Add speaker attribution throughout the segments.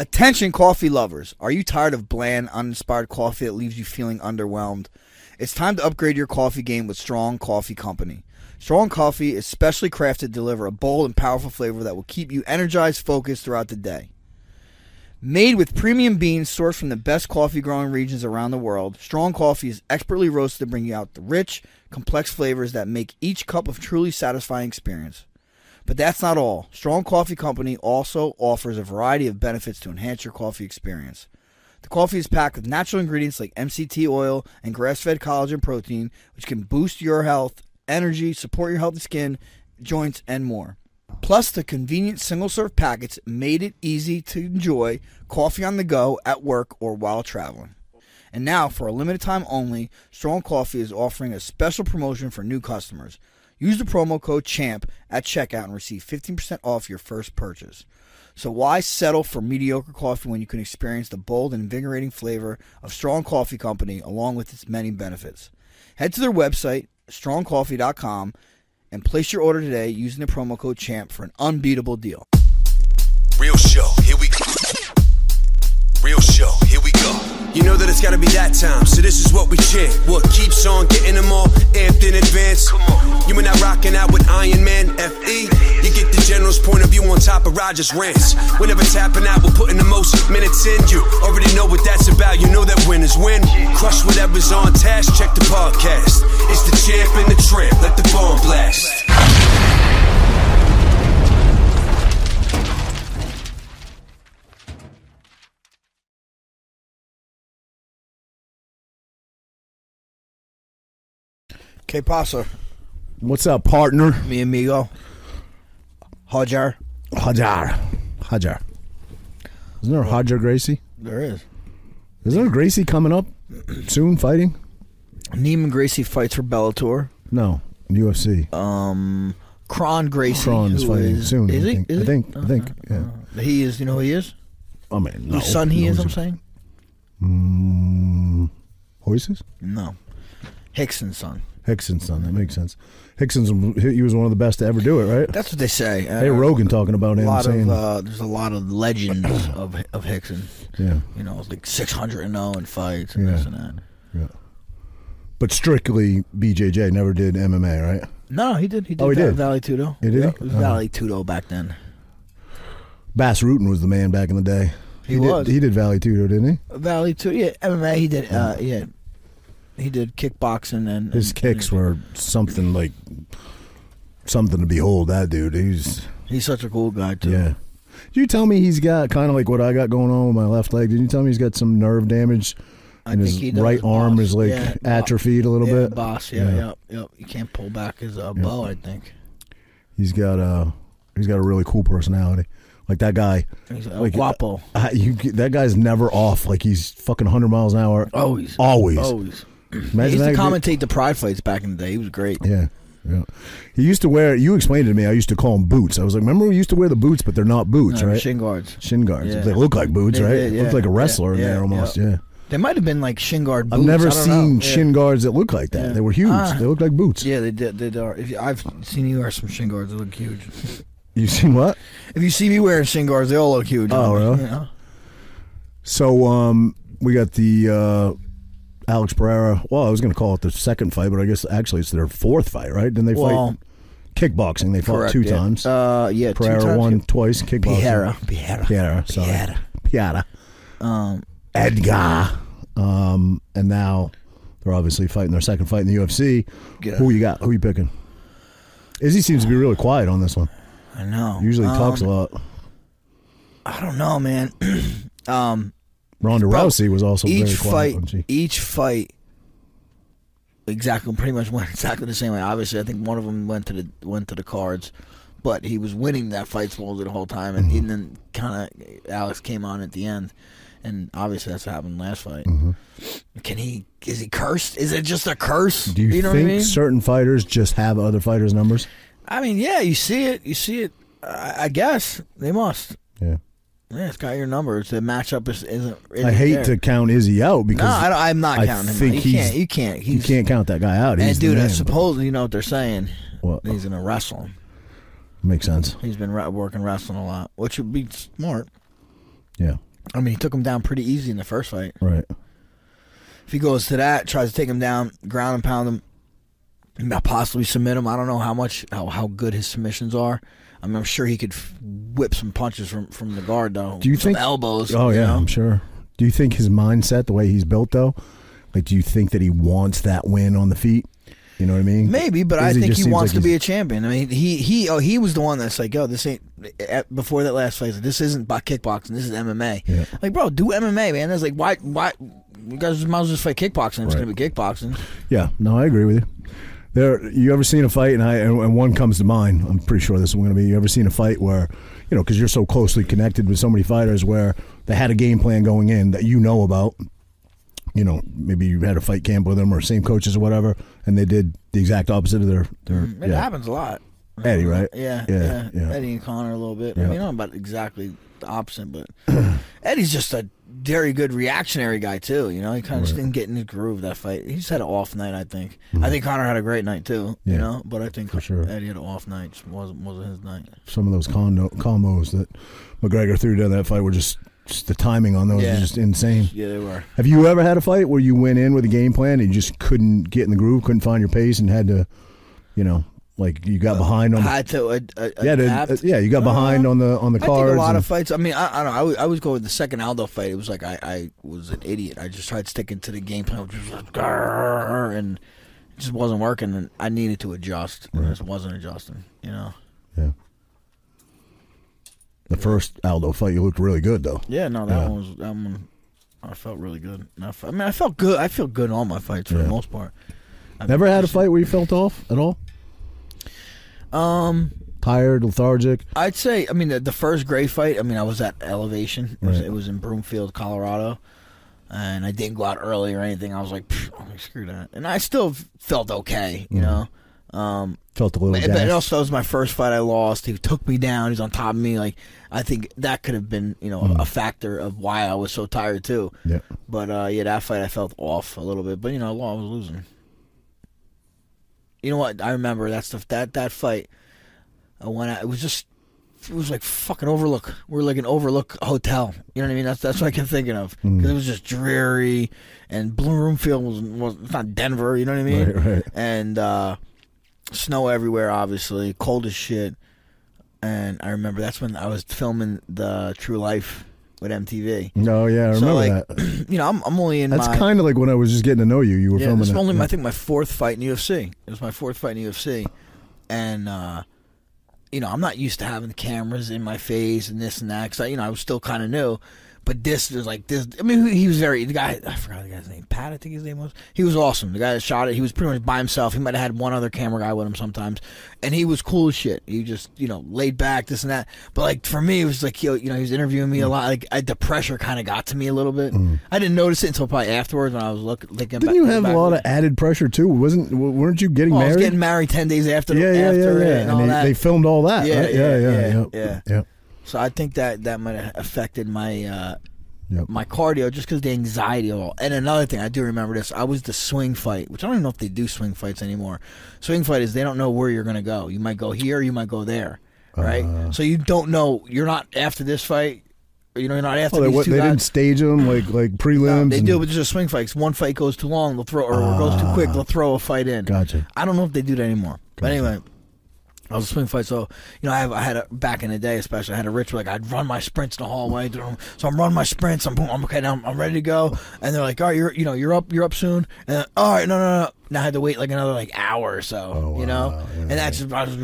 Speaker 1: Attention, coffee lovers. Are you tired of bland, uninspired coffee that leaves you feeling underwhelmed? It's time to upgrade your coffee game with Strong Coffee Company. Strong Coffee is specially crafted to deliver a bold and powerful flavor that will keep you energized, focused throughout the day. Made with premium beans sourced from the best coffee growing regions around the world, Strong Coffee is expertly roasted to bring out the rich, complex flavors that make each cup a truly satisfying experience. But that's not all. Strong Coffee Company also offers a variety of benefits to enhance your coffee experience. The coffee is packed with natural ingredients like MCT oil and grass fed collagen protein, which can boost your health, energy, support your healthy skin, joints, and more. Plus, the convenient single serve packets made it easy to enjoy coffee on the go, at work, or while traveling. And now, for a limited time only, Strong Coffee is offering a special promotion for new customers. Use the promo code CHAMP at checkout and receive 15% off your first purchase. So, why settle for mediocre coffee when you can experience the bold and invigorating flavor of Strong Coffee Company along with its many benefits? Head to their website, strongcoffee.com, and place your order today using the promo code CHAMP for an unbeatable deal.
Speaker 2: Real show, here we go. Real show, here we go. You know that it's gotta be that time, so this is what we chant. What keeps on getting them all amped in advance? Come on. You and I rocking out with Iron Man FE. You get the general's point of view on top of Rogers' rants. We're never tapping out, we're putting the most minutes in. You already know what that's about, you know that win is win. Crush whatever's on task, check the podcast. It's the champ and the tramp, let the bomb blast.
Speaker 1: Que pasa,
Speaker 3: What's up, partner?
Speaker 1: mi amigo? Hajar?
Speaker 3: Hajar. Hajar. Isn't there a Hajar Gracie?
Speaker 1: There is.
Speaker 3: Isn't there a Gracie coming up soon fighting?
Speaker 1: Neiman Gracie fights for Bellator.
Speaker 3: No. UFC.
Speaker 1: Um, Kron Gracie.
Speaker 3: Kron is
Speaker 1: who
Speaker 3: fighting
Speaker 1: is-
Speaker 3: soon.
Speaker 1: Is
Speaker 3: I
Speaker 1: he?
Speaker 3: think.
Speaker 1: Is
Speaker 3: I
Speaker 1: he?
Speaker 3: think. I think. Yeah.
Speaker 1: He is. You know who he is?
Speaker 3: I mean, no.
Speaker 1: Whose son he
Speaker 3: no,
Speaker 1: is?
Speaker 3: he's
Speaker 1: I'm
Speaker 3: a-
Speaker 1: saying.
Speaker 3: Mm, Hoises?
Speaker 1: No, Hickson's son.
Speaker 3: Hickson's son. That makes sense. Hickson's he was one of the best to ever do it, right?
Speaker 1: That's what they say. Uh,
Speaker 3: Hey, Rogan talking about
Speaker 1: A
Speaker 3: him
Speaker 1: lot
Speaker 3: saying,
Speaker 1: of uh, there's a lot of legends of of Hickson.
Speaker 3: yeah,
Speaker 1: You know, like 600 and 0 in fights and
Speaker 3: Yeah.
Speaker 1: this and that.
Speaker 3: yeah. But strictly BJJ never did MMA, right?
Speaker 1: No, he did. He did.
Speaker 3: Oh, he
Speaker 1: Val-
Speaker 3: did?
Speaker 1: Valley Tudo.
Speaker 3: He did?
Speaker 1: Yeah, it was
Speaker 3: Oh.
Speaker 1: Valley Tudo back then.
Speaker 3: Bass Rutten was the man back in the day.
Speaker 1: He
Speaker 3: did,
Speaker 1: was.
Speaker 3: He did Valley Tudo, didn't he?
Speaker 1: Valley Tudo. Yeah, MMA. He did. Uh, yeah, he did kickboxing and
Speaker 3: His
Speaker 1: and-
Speaker 3: kicks were something like something to behold. That dude, he's
Speaker 1: He's such a cool guy too.
Speaker 3: yeah. Did you tell me he's got kind of like what I got going on with my left leg? Did you tell me he's got some nerve damage
Speaker 1: I
Speaker 3: and
Speaker 1: think
Speaker 3: his
Speaker 1: he does,
Speaker 3: right arm
Speaker 1: boss.
Speaker 3: is like
Speaker 1: Yeah, bo-
Speaker 3: atrophied a little
Speaker 1: yeah,
Speaker 3: bit?
Speaker 1: Boss, yeah, yeah, yeah. You can't pull back his uh, bow, I think.
Speaker 3: He's got a he's got a really cool personality. Like that guy,
Speaker 1: He's a
Speaker 3: like
Speaker 1: guapo.
Speaker 3: I, you, that guy's never off. Like he's fucking hundred miles an hour.
Speaker 1: Always.
Speaker 3: always.
Speaker 1: Always.
Speaker 3: Imagine
Speaker 1: he
Speaker 3: that
Speaker 1: used to
Speaker 3: dude-
Speaker 1: commentate the pride fights back in the day. He was great.
Speaker 3: Yeah. Yeah. He used to wear, you explained it to me, I used to call them boots. I was like, remember we used to wear the boots, but they're not boots,
Speaker 1: Uh,
Speaker 3: right?
Speaker 1: Shin guards.
Speaker 3: Shin guards.
Speaker 1: Yeah.
Speaker 3: They look like boots,
Speaker 1: They
Speaker 3: right?
Speaker 1: did,
Speaker 3: It looked
Speaker 1: yeah.
Speaker 3: like a wrestler in
Speaker 1: Yeah,
Speaker 3: there
Speaker 1: yeah,
Speaker 3: almost,
Speaker 1: yeah.
Speaker 3: yeah.
Speaker 1: They might have been like shin guard boots.
Speaker 3: I've never
Speaker 1: I don't know.
Speaker 3: seen
Speaker 1: Yeah.
Speaker 3: shin guards that look like that.
Speaker 1: Yeah.
Speaker 3: They were huge.
Speaker 1: Ah.
Speaker 3: They look like boots.
Speaker 1: Yeah, they did. They are. If you, I've seen you wear some shin guards, they look huge.
Speaker 3: You've seen what?
Speaker 1: if you see me wearing shin guards, they all look huge.
Speaker 3: Oh,
Speaker 1: You
Speaker 3: really?
Speaker 1: know?
Speaker 3: So um, we got the uh, Alex Pereira. Well, I was going to call it the second fight, but I guess actually it's their fourth fight, right? Didn't they
Speaker 1: Well,
Speaker 3: fight kickboxing? They fought
Speaker 1: Correct,
Speaker 3: two
Speaker 1: yeah.
Speaker 3: times.
Speaker 1: Uh, yeah,
Speaker 3: Pereira
Speaker 1: two times.
Speaker 3: won twice. Kickboxing.
Speaker 1: Piera. Piera.
Speaker 3: Piera. Sorry.
Speaker 1: Piera.
Speaker 3: Piera.
Speaker 1: Um,
Speaker 3: Edgar. Um, and now they're obviously fighting their second fight in the UFC.
Speaker 1: Get
Speaker 3: Who
Speaker 1: out.
Speaker 3: you got? Who you picking? Izzy seems to be really quiet on this one.
Speaker 1: I know.
Speaker 3: Usually he talks a
Speaker 1: Um,
Speaker 3: lot.
Speaker 1: I don't know, man. um,
Speaker 3: Ronda
Speaker 1: prob-
Speaker 3: Rousey was also
Speaker 1: each
Speaker 3: very quiet.
Speaker 1: fight,
Speaker 3: wasn't she?
Speaker 1: each fight, exactly, pretty much went exactly the same way. Obviously, I think one of them went to the went to the cards, but he was winning that fight supposedly the whole time, and,
Speaker 3: Mm-hmm.
Speaker 1: and then kind of Alex came on at the end, and obviously that's what happened last fight. Can he? Is he cursed? Is it just a curse?
Speaker 3: Mm-hmm. Do you,
Speaker 1: know
Speaker 3: think
Speaker 1: what I mean?
Speaker 3: certain fighters just have other fighters' numbers?
Speaker 1: I mean, yeah, you see it, you see it. I, I guess they must.
Speaker 3: Yeah.
Speaker 1: Yeah, it's got your numbers. The matchup is, isn't. isn't
Speaker 3: I hate
Speaker 1: there.
Speaker 3: to count Izzy out because
Speaker 1: No, I don't, I'm not
Speaker 3: I
Speaker 1: counting him.
Speaker 3: think
Speaker 1: out. You
Speaker 3: he's-
Speaker 1: can't. You can't. He's,
Speaker 3: you can't count that guy out. He's
Speaker 1: And
Speaker 3: the
Speaker 1: dude, I
Speaker 3: man, uh, but-
Speaker 1: suppose you know what they're saying.
Speaker 3: What?
Speaker 1: He's gonna wrestle him.
Speaker 3: Makes sense.
Speaker 1: He's been re- working wrestling a lot, which would be smart.
Speaker 3: Yeah.
Speaker 1: I mean, he took him down pretty easy in the first fight.
Speaker 3: Right.
Speaker 1: If he goes to that, tries to take him down, ground and pound him, and possibly submit him. I don't know how much how, how good his submissions are. I mean, I'm sure he could f- whip some punches from from the guard though.
Speaker 3: Do you
Speaker 1: some
Speaker 3: think-
Speaker 1: elbows?
Speaker 3: Oh
Speaker 1: you
Speaker 3: yeah,
Speaker 1: know?
Speaker 3: I'm sure. Do you think his mindset, the way he's built, though, like, do you think that he wants that win on the feet? You know what I mean?
Speaker 1: Maybe, but
Speaker 3: Because
Speaker 1: I think
Speaker 3: just
Speaker 1: he
Speaker 3: seems
Speaker 1: wants
Speaker 3: like
Speaker 1: to be
Speaker 3: he's-
Speaker 1: a champion. I mean, he he oh, he was the one that's like, yo, this ain't at, before that last fight. This isn't about kickboxing. This is MMA.
Speaker 3: Yeah.
Speaker 1: Like, bro, do MMA, man. That's like, why why you guys might as well just fight kickboxing. if It's
Speaker 3: Right.
Speaker 1: gonna be kickboxing.
Speaker 3: Yeah, no, I agree with you. There, you ever seen a fight, and I and and one comes to mind. I'm pretty sure this is going to be. You ever seen a fight where, you know, because you're so closely connected with so many fighters, where they had a game plan going in that you know about. You know, maybe you had a fight camp with them or same coaches or whatever, and they did the exact opposite of their their.
Speaker 1: Mm, It
Speaker 3: yeah.
Speaker 1: happens a lot.
Speaker 3: Eddie, right?
Speaker 1: Yeah, yeah,
Speaker 3: yeah, yeah.
Speaker 1: Eddie and Connor a little bit. I
Speaker 3: Yeah.
Speaker 1: mean, I don't know about exactly the opposite, but Eddie's just a very good reactionary guy too. You know, he kind of just didn't get in his groove that fight. He just had an off night, I think. I think Connor had a great night too. You
Speaker 3: Yeah,
Speaker 1: know, but I think
Speaker 3: sure.
Speaker 1: Eddie had an off night. Just wasn't wasn't his night.
Speaker 3: some of those condo, combos that McGregor threw down that fight were just, just the timing on those
Speaker 1: Yeah.
Speaker 3: was just insane.
Speaker 1: Yeah, they were.
Speaker 3: Have you ever had a fight where you went in with a game plan and you just couldn't get in the groove, couldn't find your pace, and had to, you know, like you got behind on?
Speaker 1: Uh, I had
Speaker 3: The,
Speaker 1: to ad- ad-
Speaker 3: yeah, to-
Speaker 1: adapt. Uh-huh.
Speaker 3: yeah, you got behind on the on the
Speaker 1: I think
Speaker 3: cards.
Speaker 1: a lot
Speaker 3: and-
Speaker 1: of fights. I mean, I, I don't know. I would- I always go with the second Aldo fight. It was like I, I was an idiot. I just tried sticking to the game plan, which was like, "Grrr," and it just wasn't working. And I needed to adjust. And I just wasn't adjusting. You know.
Speaker 3: yeah. The first Aldo fight, you looked really good though.
Speaker 1: Yeah. No, that one was that one. I felt really good. And I, fe- I mean, I felt good. I feel good in all my fights for the
Speaker 3: Yeah.
Speaker 1: most part. I
Speaker 3: Never
Speaker 1: mean,
Speaker 3: had a
Speaker 1: just-
Speaker 3: fight where you felt off at all,
Speaker 1: Um,
Speaker 3: tired, lethargic.
Speaker 1: I'd say. I mean, the, the first Gray fight. I mean, I was at elevation. It was,
Speaker 3: Right.
Speaker 1: it was in Broomfield, Colorado, and I didn't go out early or anything. I was like, "Pfft, I'm like, screw that, and I still felt okay, you know. Um,
Speaker 3: Felt a little.
Speaker 1: but, but
Speaker 3: gassed.
Speaker 1: also that was my first fight I lost. He took me down. He's on top of me. Like I think that could have been, you know,
Speaker 3: Hmm.
Speaker 1: a factor of why I was so tired too.
Speaker 3: yeah.
Speaker 1: But uh, yeah, that fight I felt off a little bit, but you know, I lo- I was losing. You know what? I remember that stuff. That that fight, uh, I went. Out, it was just, it was like fucking overlook. We're like an overlook hotel. You know what I mean? That's that's what I kept thinking of
Speaker 3: Mm.
Speaker 1: because it was just dreary, and Bloomfield was was it's not Denver. You know what I mean?
Speaker 3: Right, right.
Speaker 1: And uh, snow everywhere, obviously, cold as shit. And I remember that's when I was filming the True Life with MTV.
Speaker 3: No, yeah, I remember
Speaker 1: So like,
Speaker 3: that.
Speaker 1: you know, I'm, I'm only in
Speaker 3: That's
Speaker 1: my
Speaker 3: kind of like when I was just getting to know you. You were
Speaker 1: yeah.
Speaker 3: filming.
Speaker 1: This is
Speaker 3: it.
Speaker 1: only
Speaker 3: Yeah.
Speaker 1: my, I think my fourth fight in UFC. It was my fourth fight in UFC, and uh, you know I'm not used to having cameras in my face and this and that because you know I was still kind of new. But this was like this. I mean, he was very the guy. I forgot the guy's name. Pat, I think his name was. He was awesome. The guy that shot it. He was pretty much by himself. He might have had one other camera guy with him sometimes, and he was cool as shit. He just you know laid back this and that. But like for me, it was like yo, you know, he was interviewing
Speaker 3: Mm.
Speaker 1: me a lot. Like I, the pressure kind of got to me a little bit. I didn't notice it until probably afterwards when I was looking. Looking
Speaker 3: Didn't
Speaker 1: back-
Speaker 3: you
Speaker 1: looking
Speaker 3: have a
Speaker 1: back-
Speaker 3: lot of added pressure too? Wasn't w- weren't you getting
Speaker 1: Oh, I was
Speaker 3: married?
Speaker 1: getting married ten days after.
Speaker 3: yeah, yeah, yeah,
Speaker 1: after
Speaker 3: yeah.
Speaker 1: it And, all
Speaker 3: they,
Speaker 1: that.
Speaker 3: they filmed all that.
Speaker 1: Yeah,
Speaker 3: right?
Speaker 1: yeah,
Speaker 3: yeah, yeah,
Speaker 1: yeah,
Speaker 3: yeah,
Speaker 1: yeah.
Speaker 3: yeah,
Speaker 1: so I think that that might have affected my uh,
Speaker 3: yeah.
Speaker 1: my cardio just because the anxiety of all. And another thing, I do remember this. I was the swing fight, which I don't even know if they do swing fights anymore. Swing fight is they don't know where you're going to go. You might go here, you might go there, right?
Speaker 3: Uh-huh.
Speaker 1: so you don't know. You're not after this fight. You know, you're not after
Speaker 3: Oh, they,
Speaker 1: these
Speaker 3: what,
Speaker 1: two
Speaker 3: they
Speaker 1: guys.
Speaker 3: didn't stage them like like prelims.
Speaker 1: No, they
Speaker 3: and, Ah,
Speaker 1: do, but it's just swing fights. One fight goes too long, they'll throw, or goes too quick, they'll throw a fight in.
Speaker 3: Gotcha.
Speaker 1: I don't know if they do that anymore. But anyway, I was a swing fight, so you know, I have I had a, back in the day, especially I had a ritual. Like I'd run my sprints in the hallway, so I'm running my sprints. I'm boom, I'm okay now. I'm, I'm ready to go. And they're like, all right, you're you know you're up, you're up soon. And then, all right, no, no, no. Now I had to wait like another like hour or so.
Speaker 3: Oh,
Speaker 1: you know,
Speaker 3: wow, yeah.
Speaker 1: and that's just, I, was,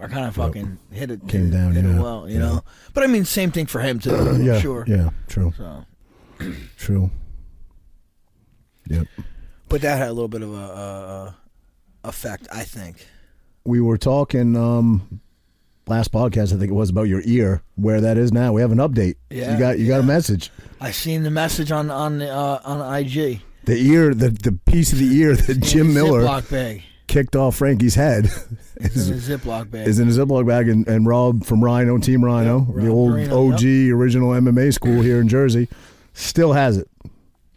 Speaker 1: I kind of fucking hit it,
Speaker 3: Came down,
Speaker 1: hit it
Speaker 3: yeah,
Speaker 1: well, you
Speaker 3: yeah.
Speaker 1: know. But I mean, same thing for him too. I'm
Speaker 3: yeah,
Speaker 1: sure.
Speaker 3: Yeah, true,
Speaker 1: So.
Speaker 3: true. Yep.
Speaker 1: But that had a little bit of a uh, effect, I think.
Speaker 3: We were talking um last podcast. I think it was about your ear, where that is now. We have an update.
Speaker 1: Yeah,
Speaker 3: you got you got a
Speaker 1: yeah.
Speaker 3: message.
Speaker 1: I seen the message on on uh, on IG.
Speaker 3: The ear, the the piece of the ear that Jim Miller
Speaker 1: Ziploc bag.
Speaker 3: kicked off Frankie's head.
Speaker 1: It's in a Ziploc bag.
Speaker 3: is in his Ziploc bag, and, and Rob from Rhino, Team Rhino,
Speaker 1: Yep,
Speaker 3: the
Speaker 1: Rob
Speaker 3: old
Speaker 1: Marino,
Speaker 3: OG original MMA school here in Jersey, still has it.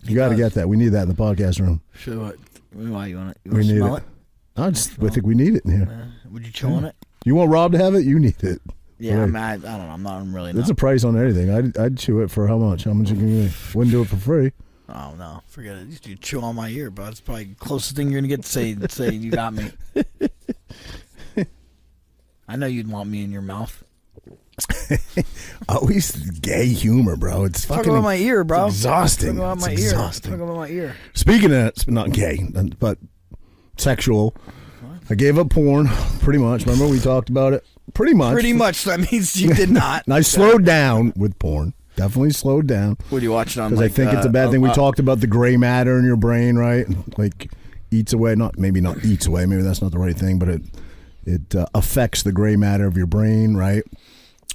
Speaker 3: You got to
Speaker 1: does.
Speaker 3: get that. We need that in the podcast room.
Speaker 1: Sure. what- Why you want to
Speaker 3: We need
Speaker 1: smell
Speaker 3: it.
Speaker 1: it?
Speaker 3: I just I think we need it in here.
Speaker 1: Would you chew on it?
Speaker 3: You want Rob to have it? You need it.
Speaker 1: Yeah, I,
Speaker 3: Right.
Speaker 1: mean, I, I don't know. I'm not I'm really.
Speaker 3: That's a
Speaker 1: not,
Speaker 3: price on anything. I'd, I'd chew it for how much? How much you can get? Wouldn't do it for free.
Speaker 1: oh no, forget it. You should chew on my ear, bro. That's probably the closest thing you're gonna get to say. say you got me. I know you'd want me in your mouth.
Speaker 3: Always Oh, gay humor, bro. It's
Speaker 1: Talk about my ear, bro.
Speaker 3: exhausting.
Speaker 1: Talk about
Speaker 3: It's
Speaker 1: my
Speaker 3: exhausting.
Speaker 1: ear. Talk about my ear.
Speaker 3: Speaking of it's not gay, but sexual, I gave up porn pretty much. Remember we talked about it? Pretty much.
Speaker 1: Pretty much. That means you did not.
Speaker 3: And I slowed down with porn. Definitely slowed down
Speaker 1: What are you watching on?
Speaker 3: because
Speaker 1: like,
Speaker 3: I think
Speaker 1: uh,
Speaker 3: it's a bad thing. We
Speaker 1: uh,
Speaker 3: talked about the gray matter in your brain, right? Like eats away. Not maybe not eats away. Maybe that's not the right thing, but it it uh, affects the gray matter of your brain, right?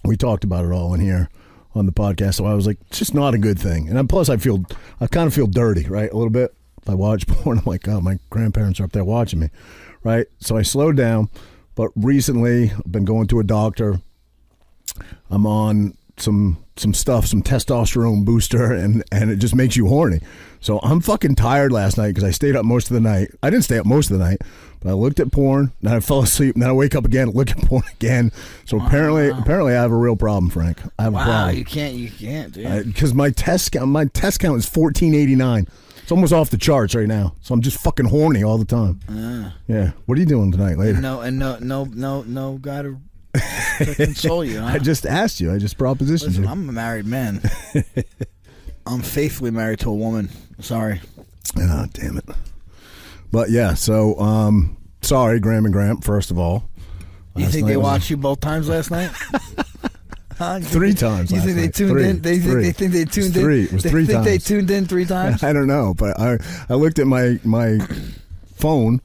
Speaker 3: We talked about it all in here on the podcast. So I was like, it's just not a good thing. And then plus, I feel I kind of feel dirty, right? A little bit. If I watch porn, I'm like, oh, my grandparents are up there watching me, right? So I slowed down. But recently, I've been going to a doctor. I'm on some some stuff, some testosterone booster, and and it just makes you horny. So I'm fucking tired last night because I stayed up most of the night. I didn't stay up most of the night, but I looked at porn, then I fell asleep, and then I wake up again, look at porn again. So apparently, apparently, I have a real problem, Frank. I have a
Speaker 1: Wow,
Speaker 3: problem
Speaker 1: you can't. You can't, dude.
Speaker 3: because my test count, my test count is fourteen eighty nine. It's almost off the charts right now. So I'm just fucking horny all the time. yeah. What are you doing tonight later?
Speaker 1: Ah. no, and no, no, no, no. God to, to console you.
Speaker 3: I
Speaker 1: Huh?
Speaker 3: just asked you. I just propositioned
Speaker 1: Listen,
Speaker 3: you.
Speaker 1: I'm a married man. I'm faithfully married to a woman. Sorry.
Speaker 3: Ah, damn it. But yeah, so um, sorry, Graham and Graham. First of all,
Speaker 1: You
Speaker 3: Last
Speaker 1: think they
Speaker 3: night was-
Speaker 1: watched you both times last night? Huh? You
Speaker 3: Three
Speaker 1: think-
Speaker 3: times
Speaker 1: You
Speaker 3: last
Speaker 1: think they
Speaker 3: night.
Speaker 1: tuned
Speaker 3: Three.
Speaker 1: in? They think
Speaker 3: Three.
Speaker 1: they think they
Speaker 3: It was
Speaker 1: tuned
Speaker 3: three.
Speaker 1: in.
Speaker 3: It was
Speaker 1: they
Speaker 3: three
Speaker 1: think they
Speaker 3: times.
Speaker 1: tuned in three times.
Speaker 3: I don't know, but I I looked at my my phone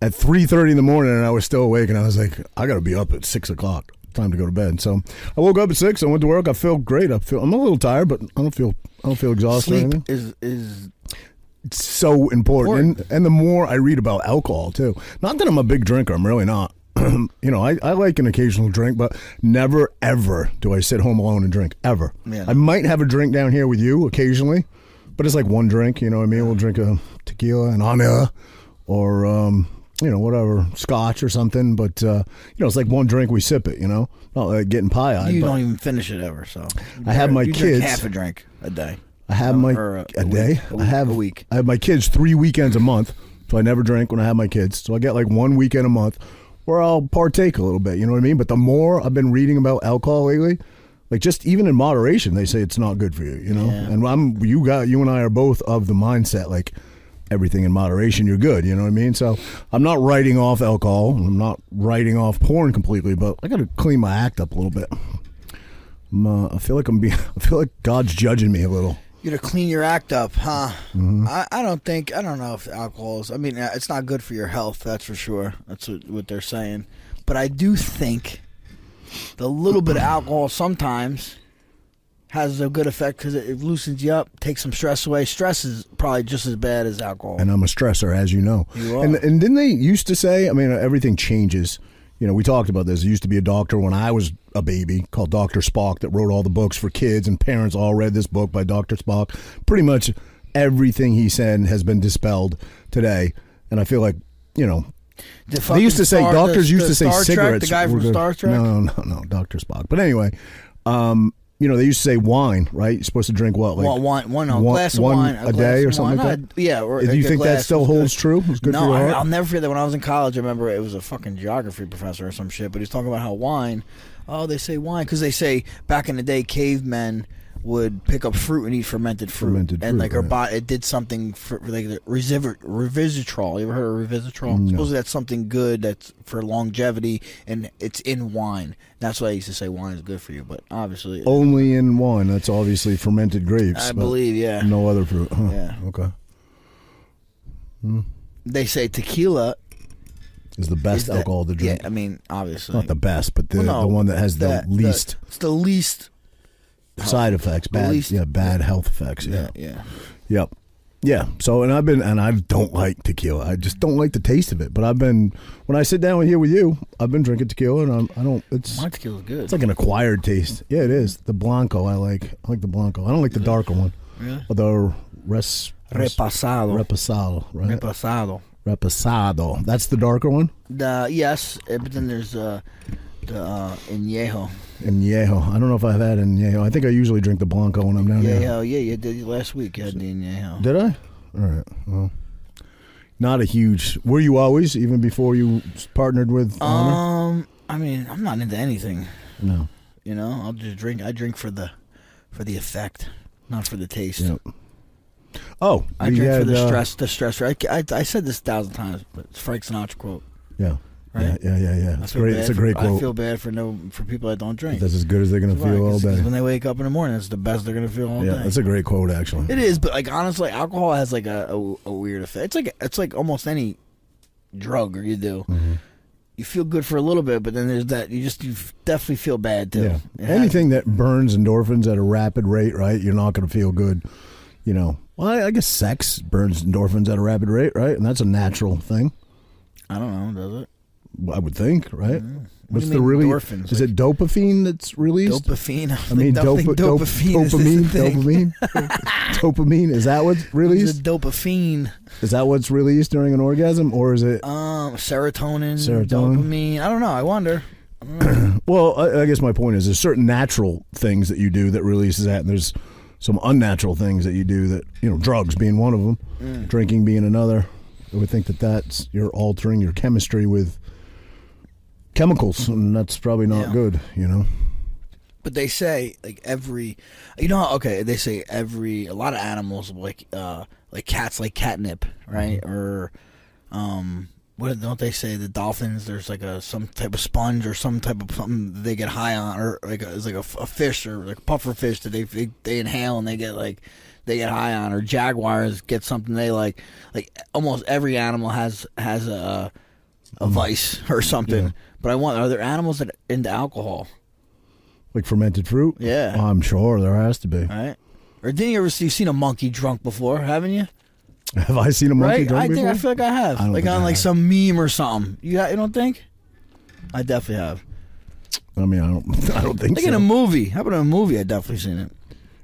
Speaker 3: at three thirty in the morning, and I was still awake, and I was like, I got to be up at six o'clock. Time to go to bed. So I woke up at six. I went to work. I feel great. I feel I'm a little tired, but I don't feel I don't feel exhausted. or anything.
Speaker 1: Sleep is is
Speaker 3: It's so important.
Speaker 1: Important.
Speaker 3: And, and the more I read about alcohol, too. Not that I'm a big drinker, I'm really not. you know, I, I like an occasional drink, but never, ever do I sit home alone and drink, ever.
Speaker 1: Yeah.
Speaker 3: I might have a drink down here with you occasionally, but it's like one drink, you know what I mean? We'll drink a tequila and honor or, um, you know, whatever, scotch or something. But, uh, you know, it's like one drink, we sip it, you know? Not like getting pie eyed.
Speaker 1: you
Speaker 3: but
Speaker 1: don't even finish it ever. So
Speaker 3: I have my
Speaker 1: you drink
Speaker 3: kids-
Speaker 1: half a drink a day.
Speaker 3: I have
Speaker 1: Or-
Speaker 3: my
Speaker 1: or uh,
Speaker 3: a,
Speaker 1: a- a
Speaker 3: day.
Speaker 1: week. A
Speaker 3: I
Speaker 1: week.
Speaker 3: have
Speaker 1: A week.
Speaker 3: I have my kids three weekends a month, so I never drink when I have my kids. So I get like one weekend a month where I'll partake a little bit. You know what I mean? But the more I've been reading about alcohol lately, like just even in moderation, they say it's not good for you. You know, and I'm you got you and I are both of the mindset like everything in moderation. You're good. You know what I mean? So I'm not writing off alcohol. and I'm not writing off porn completely, but I got to clean my act up a little bit. I'm, uh, I feel like I'm being. I feel like God's judging me a little.
Speaker 1: you to clean your act up, huh?
Speaker 3: Mm-hmm.
Speaker 1: I, I don't think I don't know if alcohol is. I mean, uh, it's not good for your health. That's for sure. That's what, what they're saying. But I do think the little bit of alcohol sometimes has a good effect because it, it loosens you up, takes some stress away. Stress is probably just as bad as alcohol.
Speaker 3: and I'm a stressor, as you know.
Speaker 1: You are.
Speaker 3: And and didn't they used to say? I mean, everything changes. You know, we talked about this. There used to be a doctor when I was a baby called Doctor Spock that wrote all the books for kids, and parents all read this book by Doctor Spock. Pretty much everything he said has been dispelled today, and I feel like you know
Speaker 1: The
Speaker 3: they
Speaker 1: fucking
Speaker 3: used to say
Speaker 1: Star-
Speaker 3: doctors
Speaker 1: the-
Speaker 3: used
Speaker 1: the
Speaker 3: to say
Speaker 1: Star Trek,
Speaker 3: cigarettes.
Speaker 1: the guy
Speaker 3: were
Speaker 1: from
Speaker 3: good.
Speaker 1: Star Trek.
Speaker 3: No, no, no, Doctor Spock. But anyway, um, you know they used to say wine, right? You're supposed to drink what, like
Speaker 1: Well, one, one, a glass of
Speaker 3: one
Speaker 1: wine
Speaker 3: a, day or something like that.
Speaker 1: that. yeah, or
Speaker 3: do
Speaker 1: a
Speaker 3: you
Speaker 1: good
Speaker 3: think that
Speaker 1: glass
Speaker 3: still
Speaker 1: is
Speaker 3: holds true? It's good
Speaker 1: no,
Speaker 3: for your
Speaker 1: I,
Speaker 3: heart.
Speaker 1: I'll never forget that when I was in college. I remember it was a fucking geography professor or some shit, but he was talking about how wine. Oh, they say wine because they say back in the day, cavemen would pick up fruit and eat fermented fruit,
Speaker 3: Fermented
Speaker 1: and
Speaker 3: fruit,
Speaker 1: like our
Speaker 3: right.
Speaker 1: body, it did something for like the resiv- revisitrol. You ever heard of revisitrol? Supposedly that's something good that's for longevity, and it's in wine. That's why I used to say wine is good for you, but obviously,
Speaker 3: Only in wine. That's obviously fermented grapes.
Speaker 1: I
Speaker 3: but
Speaker 1: believe, yeah.
Speaker 3: No other fruit. Huh.
Speaker 1: Yeah.
Speaker 3: Okay.
Speaker 1: they say tequila
Speaker 3: Is the
Speaker 1: is
Speaker 3: best
Speaker 1: the-
Speaker 3: alcohol to drink.
Speaker 1: Yeah, I mean, obviously,
Speaker 3: Not the best, but the,
Speaker 1: Well, no,
Speaker 3: the one that has the,
Speaker 1: that-
Speaker 3: least
Speaker 1: it's the least.
Speaker 3: side effects. Bad.
Speaker 1: least-
Speaker 3: yeah. Bad health effects. Yeah.
Speaker 1: Yeah, uh, yeah.
Speaker 3: Yep. Yeah. So and I've been and I don't like tequila. I just don't like the taste of it. But I've been when I sit down here with you, I've been drinking tequila and I'm, I don't. It's
Speaker 1: My tequila's good.
Speaker 3: It's like an acquired taste. Yeah, it is. The blanco I like. I like the blanco. I don't like the darker one.
Speaker 1: Really?
Speaker 3: Or the res, res
Speaker 1: repasado.
Speaker 3: repasado. Right?
Speaker 1: repasado.
Speaker 3: repasado. That's the darker one.
Speaker 1: The yes, eh, but then there's uh, the uh, añejo.
Speaker 3: And Yeho. I don't know if I've had an Yeho. I think I usually drink the Blanco when I'm down
Speaker 1: Yeah,
Speaker 3: here.
Speaker 1: yeah, yeah. You did it last week. You had the añejo.
Speaker 3: Did I? All right. Well, not a huge. Were you always even before you partnered with? Honor?
Speaker 1: Um, I mean, I'm not into anything.
Speaker 3: no.
Speaker 1: You know, I'll just drink. I drink for the, for the effect, not for the taste.
Speaker 3: Yep. Oh,
Speaker 1: I
Speaker 3: we
Speaker 1: drink for
Speaker 3: had,
Speaker 1: the
Speaker 3: uh,
Speaker 1: stress. The stress. I, I, I said this a thousand times, but it's Frank Sinatra quote.
Speaker 3: Yeah.
Speaker 1: Right?
Speaker 3: Yeah, yeah, yeah, yeah.
Speaker 1: I
Speaker 3: It's
Speaker 1: feel
Speaker 3: great.
Speaker 1: bad
Speaker 3: It's a
Speaker 1: for-
Speaker 3: great quote.
Speaker 1: I feel bad for no for people that don't drink.
Speaker 3: that's as good as they're gonna
Speaker 1: Why?
Speaker 3: feel all
Speaker 1: 'Cause- 'cause
Speaker 3: day.
Speaker 1: When they wake up in the morning, that's the best they're gonna feel all
Speaker 3: Yeah,
Speaker 1: day.
Speaker 3: that's a great quote actually.
Speaker 1: It is, but like honestly, alcohol has like a, a, a weird effect. It's like it's like almost any drug or you do.
Speaker 3: Mm-hmm.
Speaker 1: You feel good for a little bit, but then there's that you just you f- definitely feel bad too.
Speaker 3: Yeah.
Speaker 1: It
Speaker 3: Anything that burns endorphins at a rapid rate, right? You're not going to feel good. You know. Well, I, I guess sex burns endorphins at a rapid rate, right? And that's a natural thing,
Speaker 1: happens. I don't know, does it?
Speaker 3: I would think, right?
Speaker 1: What do you
Speaker 3: the
Speaker 1: mean
Speaker 3: really?
Speaker 1: endorphins?
Speaker 3: Is it dopamine that's released?
Speaker 1: Dopamine. I,
Speaker 3: I mean,
Speaker 1: don't
Speaker 3: dopa,
Speaker 1: think
Speaker 3: dopa-
Speaker 1: dopamine.
Speaker 3: dopamine,
Speaker 1: is the thing.
Speaker 3: dopamine, dopamine. Is that what's
Speaker 1: It's a
Speaker 3: released?
Speaker 1: dopamine.
Speaker 3: Is that what's released during an orgasm, or is it?
Speaker 1: Um, serotonin.
Speaker 3: Serotonin.
Speaker 1: Dopamine. I don't know. I wonder.
Speaker 3: Well, I, I guess my point is, there's certain natural things that you do that releases that, and there's some unnatural things that you do that you know, drugs being one of them,
Speaker 1: Mm.
Speaker 3: drinking being another. I would think that that's you're altering your chemistry with chemicals, and that's probably not
Speaker 1: Yeah.
Speaker 3: good. You know,
Speaker 1: But they say like every, you know, okay, they say every a lot of animals like uh like cats like catnip, right? Or um what don't they say the dolphins? There's like a some type of sponge or some type of something that they get high on, or like a, it's like a, f- a fish or like a puffer fish that they, they they inhale and they get like they get high on, or jaguars get something they like. Like almost every animal has has a a vice or something. But I want are there animals that are into alcohol?
Speaker 3: like fermented fruit.
Speaker 1: Yeah.
Speaker 3: I'm sure there has to be.
Speaker 1: All right. Or didn't you ever see you've seen a monkey drunk before, haven't you?
Speaker 3: Have I seen a monkey
Speaker 1: right?
Speaker 3: drink
Speaker 1: I think
Speaker 3: before?
Speaker 1: I feel like I have.
Speaker 3: I don't
Speaker 1: like
Speaker 3: think
Speaker 1: on
Speaker 3: I
Speaker 1: like
Speaker 3: have.
Speaker 1: some meme or something. You ha- you don't think? I definitely have.
Speaker 3: I mean, I don't. I don't think
Speaker 1: Like
Speaker 3: so.
Speaker 1: in a movie. How about in a movie? I definitely seen it.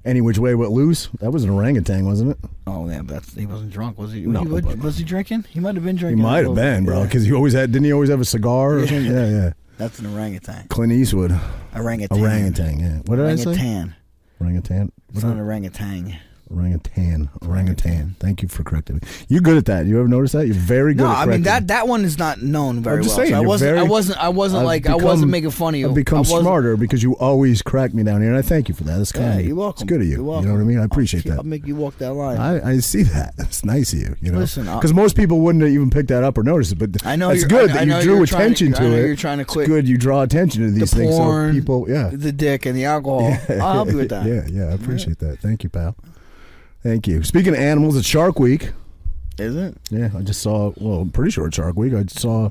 Speaker 3: Any which way, what loose? That was an orangutan, wasn't it?
Speaker 1: Oh yeah, but that's, he wasn't drunk, was he?
Speaker 3: No,
Speaker 1: he was,
Speaker 3: but-
Speaker 1: was he drinking? He might have been
Speaker 3: He
Speaker 1: drinking. a
Speaker 3: might have
Speaker 1: little
Speaker 3: been,
Speaker 1: bit.
Speaker 3: bro,
Speaker 1: Yeah.
Speaker 3: because he always had. Didn't he always have a cigar? Or something? Yeah, yeah.
Speaker 1: that's an orangutan.
Speaker 3: Clint Eastwood,
Speaker 1: Orangutan.
Speaker 3: orangutan. Yeah. What did I say?
Speaker 1: Orangutan.
Speaker 3: Orangutan.
Speaker 1: It's not an orangutan.
Speaker 3: Orangutan. Orangutan. Thank you for correcting me. You're good at that. You ever notice that? You're very good.
Speaker 1: No,
Speaker 3: at
Speaker 1: I mean
Speaker 3: correcting.
Speaker 1: that that one is not known very
Speaker 3: I'm just
Speaker 1: well.
Speaker 3: saying,
Speaker 1: so I
Speaker 3: you're
Speaker 1: wasn't. I
Speaker 3: very-
Speaker 1: wasn't. I wasn't
Speaker 3: I've
Speaker 1: like. I
Speaker 3: become-
Speaker 1: wasn't making fun of you.
Speaker 3: I've
Speaker 1: I
Speaker 3: become
Speaker 1: wasn't-
Speaker 3: smarter because you always crack me down here, and I thank you for that. That's kind
Speaker 1: Yeah,
Speaker 3: of you.
Speaker 1: you're welcome.
Speaker 3: It's good of you.
Speaker 1: You're welcome.
Speaker 3: You know what I mean? I appreciate
Speaker 1: I'll,
Speaker 3: that.
Speaker 1: I'll make you walk that line.
Speaker 3: I, I see that. It's nice of you. You know,
Speaker 1: Listen, I-
Speaker 3: because most people wouldn't have even picked that up or noticed it. But
Speaker 1: I know
Speaker 3: it's
Speaker 1: you're-
Speaker 3: good
Speaker 1: I- I
Speaker 3: that
Speaker 1: know
Speaker 3: you drew
Speaker 1: you're trying to-
Speaker 3: attention
Speaker 1: I know
Speaker 3: to it.
Speaker 1: you're trying to
Speaker 3: It's
Speaker 1: quit
Speaker 3: good you draw attention to these
Speaker 1: the
Speaker 3: things.
Speaker 1: porn,
Speaker 3: so people, yeah,
Speaker 1: the dick and the alcohol. I'll help you with that.
Speaker 3: Yeah, yeah, I appreciate that. Thank you, pal. Thank you. Speaking of animals, it's Shark Week.
Speaker 1: Is it?
Speaker 3: Yeah, I just saw. Well, I'm pretty sure it's Shark Week. I saw.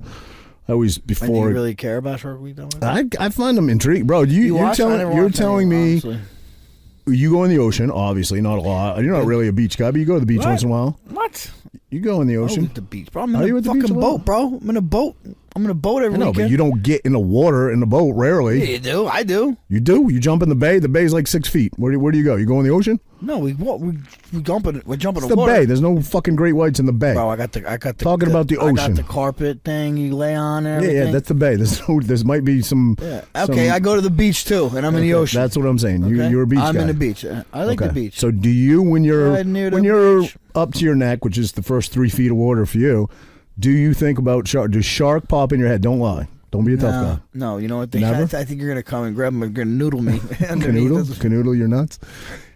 Speaker 3: I always
Speaker 1: And you
Speaker 3: before.
Speaker 1: really care about Shark Week? Don't
Speaker 3: I, I find them intrigued, bro. You,
Speaker 1: You
Speaker 3: you are
Speaker 1: watch? I never
Speaker 3: telling
Speaker 1: watched
Speaker 3: you're
Speaker 1: any,
Speaker 3: telling me
Speaker 1: honestly.
Speaker 3: you go in the ocean. Obviously, not a lot. You're not really a beach guy, but you go to the beach once in a while.
Speaker 1: What?
Speaker 3: You go in the
Speaker 1: Ocean?
Speaker 3: ocean.
Speaker 1: the beach, bro. I'm
Speaker 3: Are
Speaker 1: in
Speaker 3: you
Speaker 1: a
Speaker 3: at the beach
Speaker 1: fucking
Speaker 3: a lot?
Speaker 1: boat, bro. I'm in a boat. I'm in a boat every
Speaker 3: I know,
Speaker 1: weekend.
Speaker 3: but you don't get in the water in the boat.
Speaker 1: Yeah,
Speaker 3: Rarely,
Speaker 1: you do. I do.
Speaker 3: you do. You jump in the bay. The bay's like six feet. Where do you, where do you go? You go in the ocean.
Speaker 1: No, we what we we jumping we're jumping
Speaker 3: It's
Speaker 1: the
Speaker 3: the
Speaker 1: water.
Speaker 3: bay. There's no fucking great whites in the bay.
Speaker 1: Bro, I got the I got the
Speaker 3: Talking about the
Speaker 1: I got
Speaker 3: ocean.
Speaker 1: the carpet thing you lay on there.
Speaker 3: yeah, yeah, that's the bay. There's no. There's might be some.
Speaker 1: Okay,
Speaker 3: some-
Speaker 1: I go to the beach too, and I'm in the ocean.
Speaker 3: That's what I'm saying. You,
Speaker 1: okay?
Speaker 3: you're a beach
Speaker 1: I'm
Speaker 3: guy.
Speaker 1: in the beach. I I like the
Speaker 3: Okay.
Speaker 1: beach.
Speaker 3: So do you when you're
Speaker 1: Right near the
Speaker 3: when you're
Speaker 1: beach.
Speaker 3: up to your neck, which is the first three feet of water for you, do you think about shark? Does shark pop in your head? Don't lie. Don't be a tough
Speaker 1: No,
Speaker 3: guy.
Speaker 1: no, you know what? They,
Speaker 3: Never?
Speaker 1: I, I think you're gonna come and grab them and gonna noodle me. underneath.
Speaker 3: Canoodle, canoodle, you're nuts.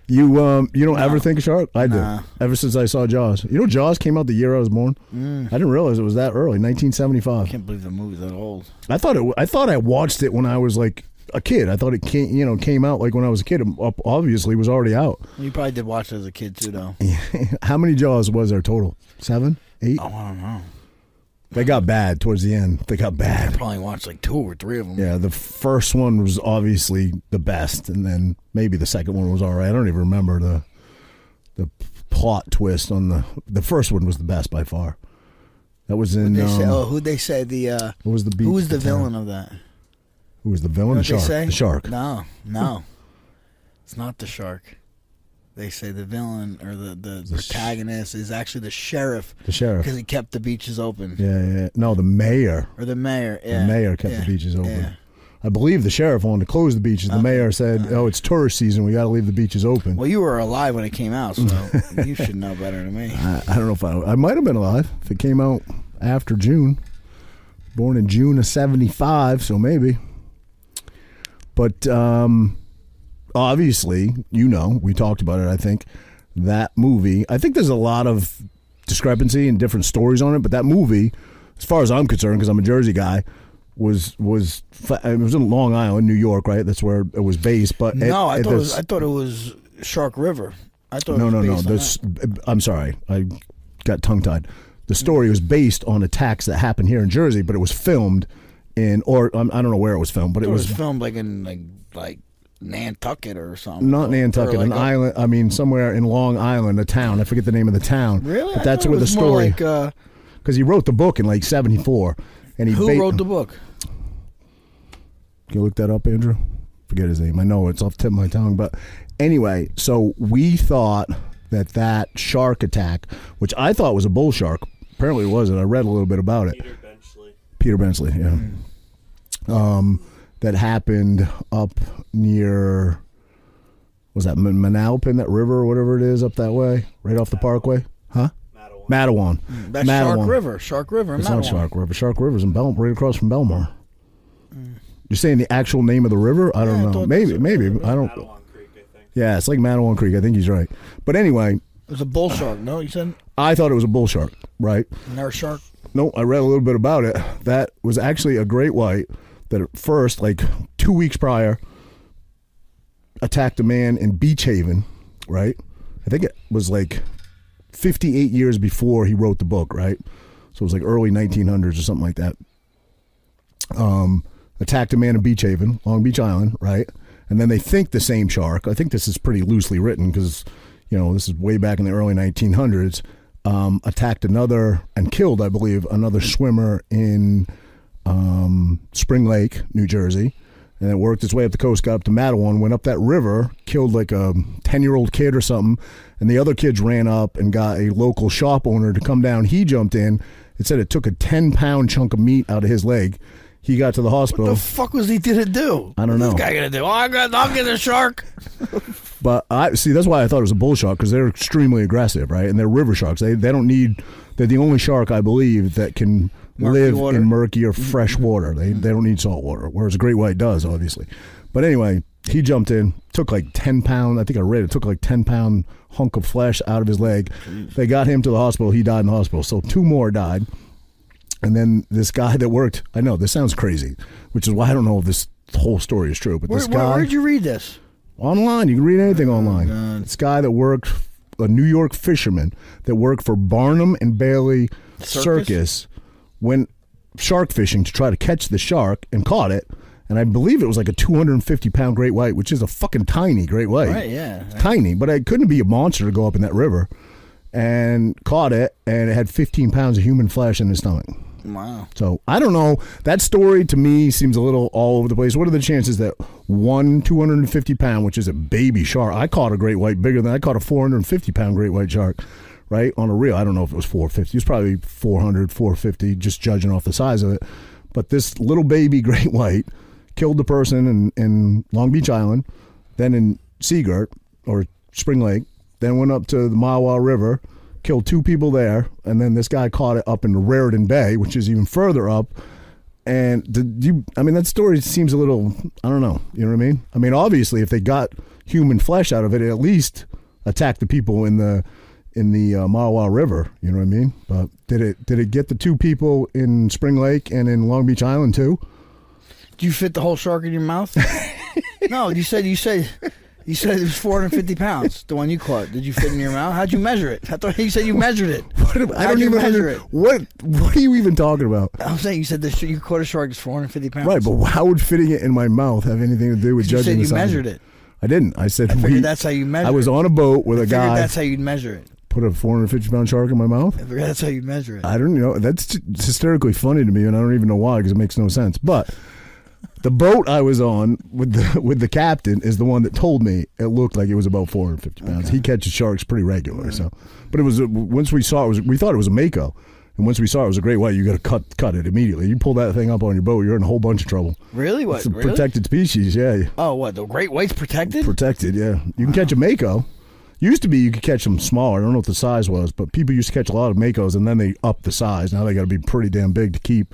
Speaker 3: You um, you don't ever think of shark? I do.
Speaker 1: Nah.
Speaker 3: Ever since I saw Jaws, you know Jaws came out the year I was born.
Speaker 1: Mm.
Speaker 3: I didn't realize it was that early,
Speaker 1: I
Speaker 3: 1975.
Speaker 1: can't believe the movie's that old.
Speaker 3: I thought it. w- I thought I watched it when I was like a kid. I thought it came, you know, came out like when I was a kid. Um, ob- Obviously, it was already out.
Speaker 1: You probably did watch it as a kid too, though.
Speaker 3: How many Jaws was there total? Seven, eight.
Speaker 1: Oh, I don't know.
Speaker 3: They got bad towards the end. They got bad.
Speaker 1: Probably watched like two or three of them.
Speaker 3: Yeah, the first one was obviously the best, and then maybe the second one was all right. I don't even remember the the plot twist on the the first one was the best by far. That was in
Speaker 1: They say,
Speaker 3: um,
Speaker 1: oh, who'd they say the uh,
Speaker 3: what was the beat
Speaker 1: who was the
Speaker 3: at time?
Speaker 1: villain of that? You
Speaker 3: Who was the
Speaker 1: know
Speaker 3: villain?
Speaker 1: what
Speaker 3: shark.
Speaker 1: they say?
Speaker 3: The shark.
Speaker 1: No, no, it's not the shark. They say the villain or the the,
Speaker 3: The sh-
Speaker 1: protagonist is actually the sheriff
Speaker 3: The sheriff.
Speaker 1: because he kept the beaches open
Speaker 3: Yeah, yeah. No, the mayor.
Speaker 1: or the mayor.
Speaker 3: The
Speaker 1: Yeah,
Speaker 3: mayor kept
Speaker 1: yeah,
Speaker 3: the beaches open.
Speaker 1: yeah.
Speaker 3: I believe the sheriff wanted to close the beaches. The mayor said, "Oh, it's tourist season. We got to leave the beaches open."
Speaker 1: Well, you were alive when it came out, so you should know better than me.
Speaker 3: I, I don't know if I I might have been alive if it came out after June. Born in June of '75, so maybe. But um, obviously, you know, we talked about it. I think that movie. I think there's a lot of discrepancy and different stories on it, but that movie, as far as I'm concerned, because I'm a Jersey guy, was was fa- it was in Long Island, New York, right? That's where it was based. But it-
Speaker 1: No, I
Speaker 3: it-
Speaker 1: thought it was,
Speaker 3: this-
Speaker 1: I thought it was Shark River. I thought
Speaker 3: no,
Speaker 1: it was
Speaker 3: no, no.
Speaker 1: based on
Speaker 3: This, I'm sorry, I got tongue tied. The story was based on attacks that happened here in Jersey, but it was filmed in, or um, I don't know where it was filmed, but
Speaker 1: that.
Speaker 3: it
Speaker 1: it was
Speaker 3: was
Speaker 1: filmed like in like like Nantucket or something.
Speaker 3: not
Speaker 1: Or
Speaker 3: Nantucket,
Speaker 1: like
Speaker 3: an
Speaker 1: a-
Speaker 3: island. I mean, somewhere in Long Island, a town. I forget the name of the town.
Speaker 1: Really?
Speaker 3: But
Speaker 1: I
Speaker 3: that's
Speaker 1: thought it
Speaker 3: where the
Speaker 1: was more
Speaker 3: story.
Speaker 1: Like, uh,
Speaker 3: Because he wrote the book in like '74, and he
Speaker 1: who
Speaker 3: ba-
Speaker 1: wrote the book?
Speaker 3: Can you look that up, Andrew? Forget his name. I know it's off the tip of my tongue, but anyway, so we thought that that shark attack, which I thought was a bull shark, apparently it wasn't. I read a little bit about it.
Speaker 4: Peter Benchley.
Speaker 3: Peter Bensley, yeah.
Speaker 1: Hmm.
Speaker 3: Um, that happened up near was that Man- Manalapan, that river or whatever it is up that way, right off the Parkway, huh?
Speaker 4: Madeline.
Speaker 3: Matawan.
Speaker 1: That's
Speaker 3: Matawan.
Speaker 1: Hmm, Shark River. Shark River. in
Speaker 3: It's not
Speaker 1: Matawan.
Speaker 3: Shark River. Shark River's in Bel- right across from Belmar. You're saying the actual name of the river? I don't
Speaker 1: Yeah, I
Speaker 3: know.
Speaker 1: thought
Speaker 3: Maybe,
Speaker 1: that's-
Speaker 3: maybe. I don't.
Speaker 4: Madeline Creek, I think.
Speaker 3: Yeah, it's like Matawan Creek. I think he's right. But anyway,
Speaker 1: It was a bull shark. No, you said
Speaker 3: I thought it was a bull shark, right?
Speaker 1: not a shark.
Speaker 3: No, I read a little bit about it. That was actually a great white that at first, like two weeks prior, attacked a man in Beach Haven, right? I think it was like 58 years before he wrote the book, right? So it was like early 1900s or something like that. Um, attacked a man in Beach Haven, Long Beach Island, right? And then they think the same shark. I think this is pretty loosely written because, you know, this is way back in the early 1900s. Um, attacked another and killed, I believe, another swimmer in um, Spring Lake, New Jersey, and it worked its way up the coast, got up to Mattawan, went up that river, killed like a ten-year-old kid or something, and the other kids ran up and got a local shop owner to come down. He jumped in. It said it took a ten-pound chunk of meat out of his leg. He got to the hospital.
Speaker 1: The fuck was he gonna do?
Speaker 3: I don't know.
Speaker 1: What's this guy gonna do? Oh, I got, I'll get a shark.
Speaker 3: But I see that's why I thought it was a bull shark because they're extremely aggressive, right? And they're river sharks. They they don't need. They're the only shark I believe that can
Speaker 1: Murky
Speaker 3: live
Speaker 1: water. Mm-hmm.
Speaker 3: in murky or fresh water. They they don't need salt water, whereas a great white does, obviously. But anyway, he jumped in, took like ten pound. I think I read it took like ten pound hunk of flesh out of his leg. They got him to the hospital. He died in the hospital. So two more died. And then this guy that worked, I know this sounds crazy, which is why I don't know if this whole story is true. But
Speaker 1: Where,
Speaker 3: this
Speaker 1: where,
Speaker 3: guy,
Speaker 1: where'd you read this?
Speaker 3: Online, you can read anything
Speaker 1: Oh
Speaker 3: online. This guy that worked, a New York fisherman that worked for Barnum and Bailey Circus, went shark fishing to try to catch the shark and caught it. And I believe it was like a 250 pound great white, which is a fucking tiny great white.
Speaker 1: Right, yeah.
Speaker 3: It's tiny, but it couldn't be a monster to go up in that river. And caught it, and it had 15 pounds of human flesh in its stomach.
Speaker 1: Wow.
Speaker 3: So I don't know. That story to me seems a little all over the place. What are the chances that one 250 pound, which is a baby shark, I caught a great white bigger than I caught a 450 pound great white shark, right? On a reel. I don't know if it was 450. It was probably 400, 450, just judging off the size of it. But this little baby great white killed the person in, in Long Beach Island, then in Seagirt or Spring Lake, then went up to the Mawa River, killed two people there, and then this guy caught it up in Raritan Bay, which is even further up. And did you? I mean, that story seems a little. I don't know. You know what I mean? I mean, obviously, if they got human flesh out of it, it at least attacked the people in the in the uh, Mawa River. You know what I mean? But did it did it get the two people in Spring Lake and in Long Beach Island too?
Speaker 1: Do you fit the whole shark in your mouth? no, you said you said you said it was 450 pounds. The one you caught. Did you fit in your mouth? How'd you measure it? I thought you said you measured it.
Speaker 3: What, am- I
Speaker 1: How'd
Speaker 3: don't
Speaker 1: you
Speaker 3: even
Speaker 1: measure it.
Speaker 3: What What are you even talking about?
Speaker 1: I'm saying you said the sh- you caught a shark is 450 pounds.
Speaker 3: Right, but how would fitting it in my mouth have anything to do with
Speaker 1: you
Speaker 3: judging
Speaker 1: said
Speaker 3: the
Speaker 1: you
Speaker 3: size?
Speaker 1: measured it.
Speaker 3: I didn't. I said
Speaker 1: figured
Speaker 3: we-
Speaker 1: that's how you measure
Speaker 3: I was
Speaker 1: it.
Speaker 3: on a boat with a
Speaker 1: Figured
Speaker 3: guy.
Speaker 1: that's how you'd measure it.
Speaker 3: put a 450 pound shark in my mouth.
Speaker 1: I figured that's how you'd measure it.
Speaker 3: I don't know. That's t- hysterically funny to me, and I don't even know why because it makes no sense. But the boat I was on with the with the captain is the one that told me it looked like it was about 450 pounds. He catches sharks pretty regular, so. But it was a, once we saw it was we thought it was a mako, And once we saw it, it was a great white. You got to cut cut it immediately. You pull that thing up on your boat, you're in a whole bunch of trouble.
Speaker 1: Really? What?
Speaker 3: It's a
Speaker 1: really?
Speaker 3: protected species. Yeah,
Speaker 1: Oh, what? The great white's protected?
Speaker 3: protected. Yeah, you can catch a mako. Used to be you could catch them smaller. I don't know what the size was, but people used to catch a lot of makos, and then they up the size. Now they got to be pretty damn big to keep.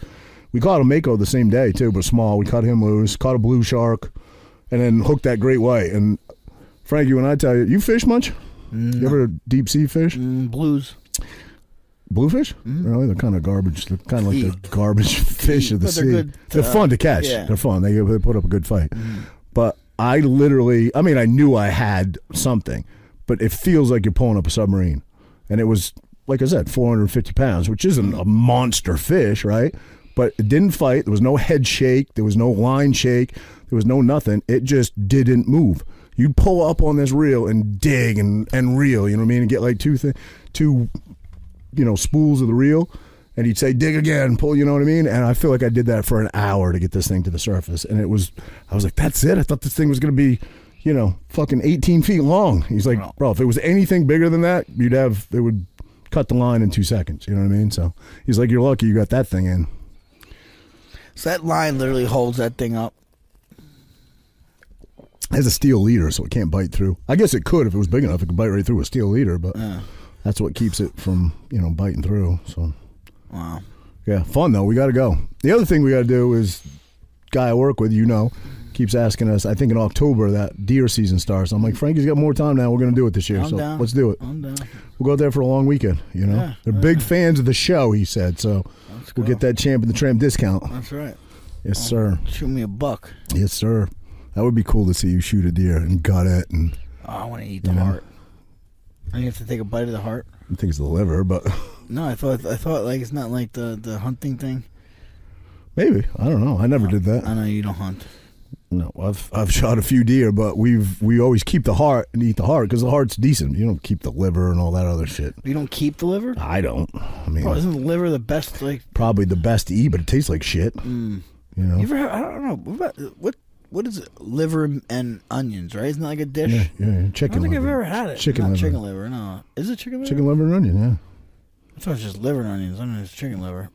Speaker 3: We caught a mako the same day too, but small. We cut him loose. Caught a blue shark, and then hooked that great white. And Frankie, when I tell you, you fish much? You ever deep sea fish?
Speaker 1: Mm, blues.
Speaker 3: Bluefish?
Speaker 1: Mm-hmm.
Speaker 3: Really? They're kind of garbage. They're kind of like the garbage fish of the
Speaker 1: But they're
Speaker 3: sea.
Speaker 1: good to-
Speaker 3: they're fun to catch.
Speaker 1: yeah. Mm-hmm.
Speaker 3: They're fun. They, they put up a good fight. But I literally, I mean, I knew I had something, but it feels like you're pulling up a submarine. And it was, like I said, 450 pounds, which isn't a monster fish, right? But it didn't fight. There was no head shake. There was no line shake. There was no nothing. It just didn't move. You'd pull up on this reel and dig and, and reel, you know what I mean? And get like two, th- two you know spools of the reel and he'd say dig again pull you know what i mean and i feel like i did that for an hour to get this thing to the surface and it was i was like that's it i thought this thing was going to be you know fucking 18 feet long he's like bro if it was anything bigger than that you'd have it would cut the line in two seconds you know what i mean so he's like you're lucky you got that thing in
Speaker 1: So that line literally holds that thing up.
Speaker 3: it has a steel leader so it can't bite through i guess it could if it was big enough it could bite right through a steel leader but that's what keeps it from you know biting through so
Speaker 1: Wow.
Speaker 3: Yeah, fun though. We got to go. The other thing we got to do is, guy I work with, you know, keeps asking us. I think in October that deer season starts. I'm like, Frankie's got more time now. We're gonna do it this year,
Speaker 1: I'm
Speaker 3: so
Speaker 1: down.
Speaker 3: let's do it.
Speaker 1: I'm down.
Speaker 3: We'll go out there for a long weekend. You know,
Speaker 1: Yeah,
Speaker 3: they're big fans of the show. He said, so we'll
Speaker 1: go.
Speaker 3: get that champ and the tramp discount.
Speaker 1: That's right.
Speaker 3: Yes, sir.
Speaker 1: Shoot me a buck.
Speaker 3: Yes, sir. That would be cool to see you shoot a deer and gut it, and
Speaker 1: Oh, I want to eat the
Speaker 3: know?
Speaker 1: heart. And you have to take a bite of the heart.
Speaker 3: I think it's the liver, but
Speaker 1: No, I thought I thought like it's not like the the hunting thing.
Speaker 3: maybe I don't know. I never did that.
Speaker 1: I know you don't hunt.
Speaker 3: No, I've I've shot a few deer, but we've we always keep the heart and eat the heart because the heart's decent. You don't keep the liver and all that other shit.
Speaker 1: You don't keep the liver.
Speaker 3: I don't. I mean,
Speaker 1: Bro, isn't the liver the best? Like
Speaker 3: probably the best to eat, but it tastes like shit.
Speaker 1: Mm.
Speaker 3: You know.
Speaker 1: you ever? Have, I don't know. What about, what what is it? liver and- and onions? Right? Isn't that like a dish?
Speaker 3: yeah, yeah, yeah.
Speaker 1: I
Speaker 3: Chicken.
Speaker 1: don't think
Speaker 3: liver.
Speaker 1: I've ever had it.
Speaker 3: Chicken
Speaker 1: Not
Speaker 3: liver.
Speaker 1: chicken liver. No, is it chicken liver?
Speaker 3: Chicken liver and onion. Yeah,
Speaker 1: I thought it was just liver and onions. I don't know. It's chicken liver.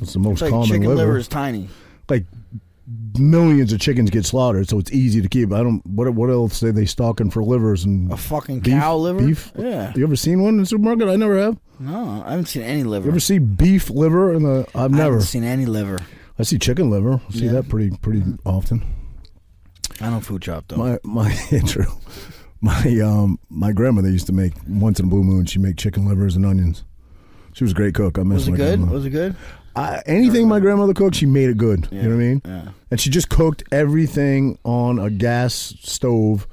Speaker 3: it's the most
Speaker 1: It's like
Speaker 3: common
Speaker 1: chicken
Speaker 3: liver.
Speaker 1: liver is tiny.
Speaker 3: Like millions of chickens get slaughtered, so it's easy to keep. I don't. What what else are they stalking for livers and
Speaker 1: A fucking
Speaker 3: beef,
Speaker 1: cow liver?
Speaker 3: Beef.
Speaker 1: Yeah.
Speaker 3: You ever seen one in the supermarket? I never have.
Speaker 1: No, I haven't seen any
Speaker 3: You
Speaker 1: liver.
Speaker 3: ever see beef liver in the? I've
Speaker 1: I
Speaker 3: never.
Speaker 1: haven't seen any liver.
Speaker 3: I see chicken liver. I see
Speaker 1: Yeah.
Speaker 3: that pretty pretty often.
Speaker 1: I don't food shop though.
Speaker 3: My my intro. My um my grandmother used to make once in a blue moon. She make chicken livers and onions. She was um, a great cook. I miss
Speaker 1: was it
Speaker 3: my
Speaker 1: good?
Speaker 3: grandmother.
Speaker 1: Was it good?
Speaker 3: I, anything my grandmother cooked, she made it good. You know what I mean?
Speaker 1: Yeah.
Speaker 3: And she just cooked everything on a gas stove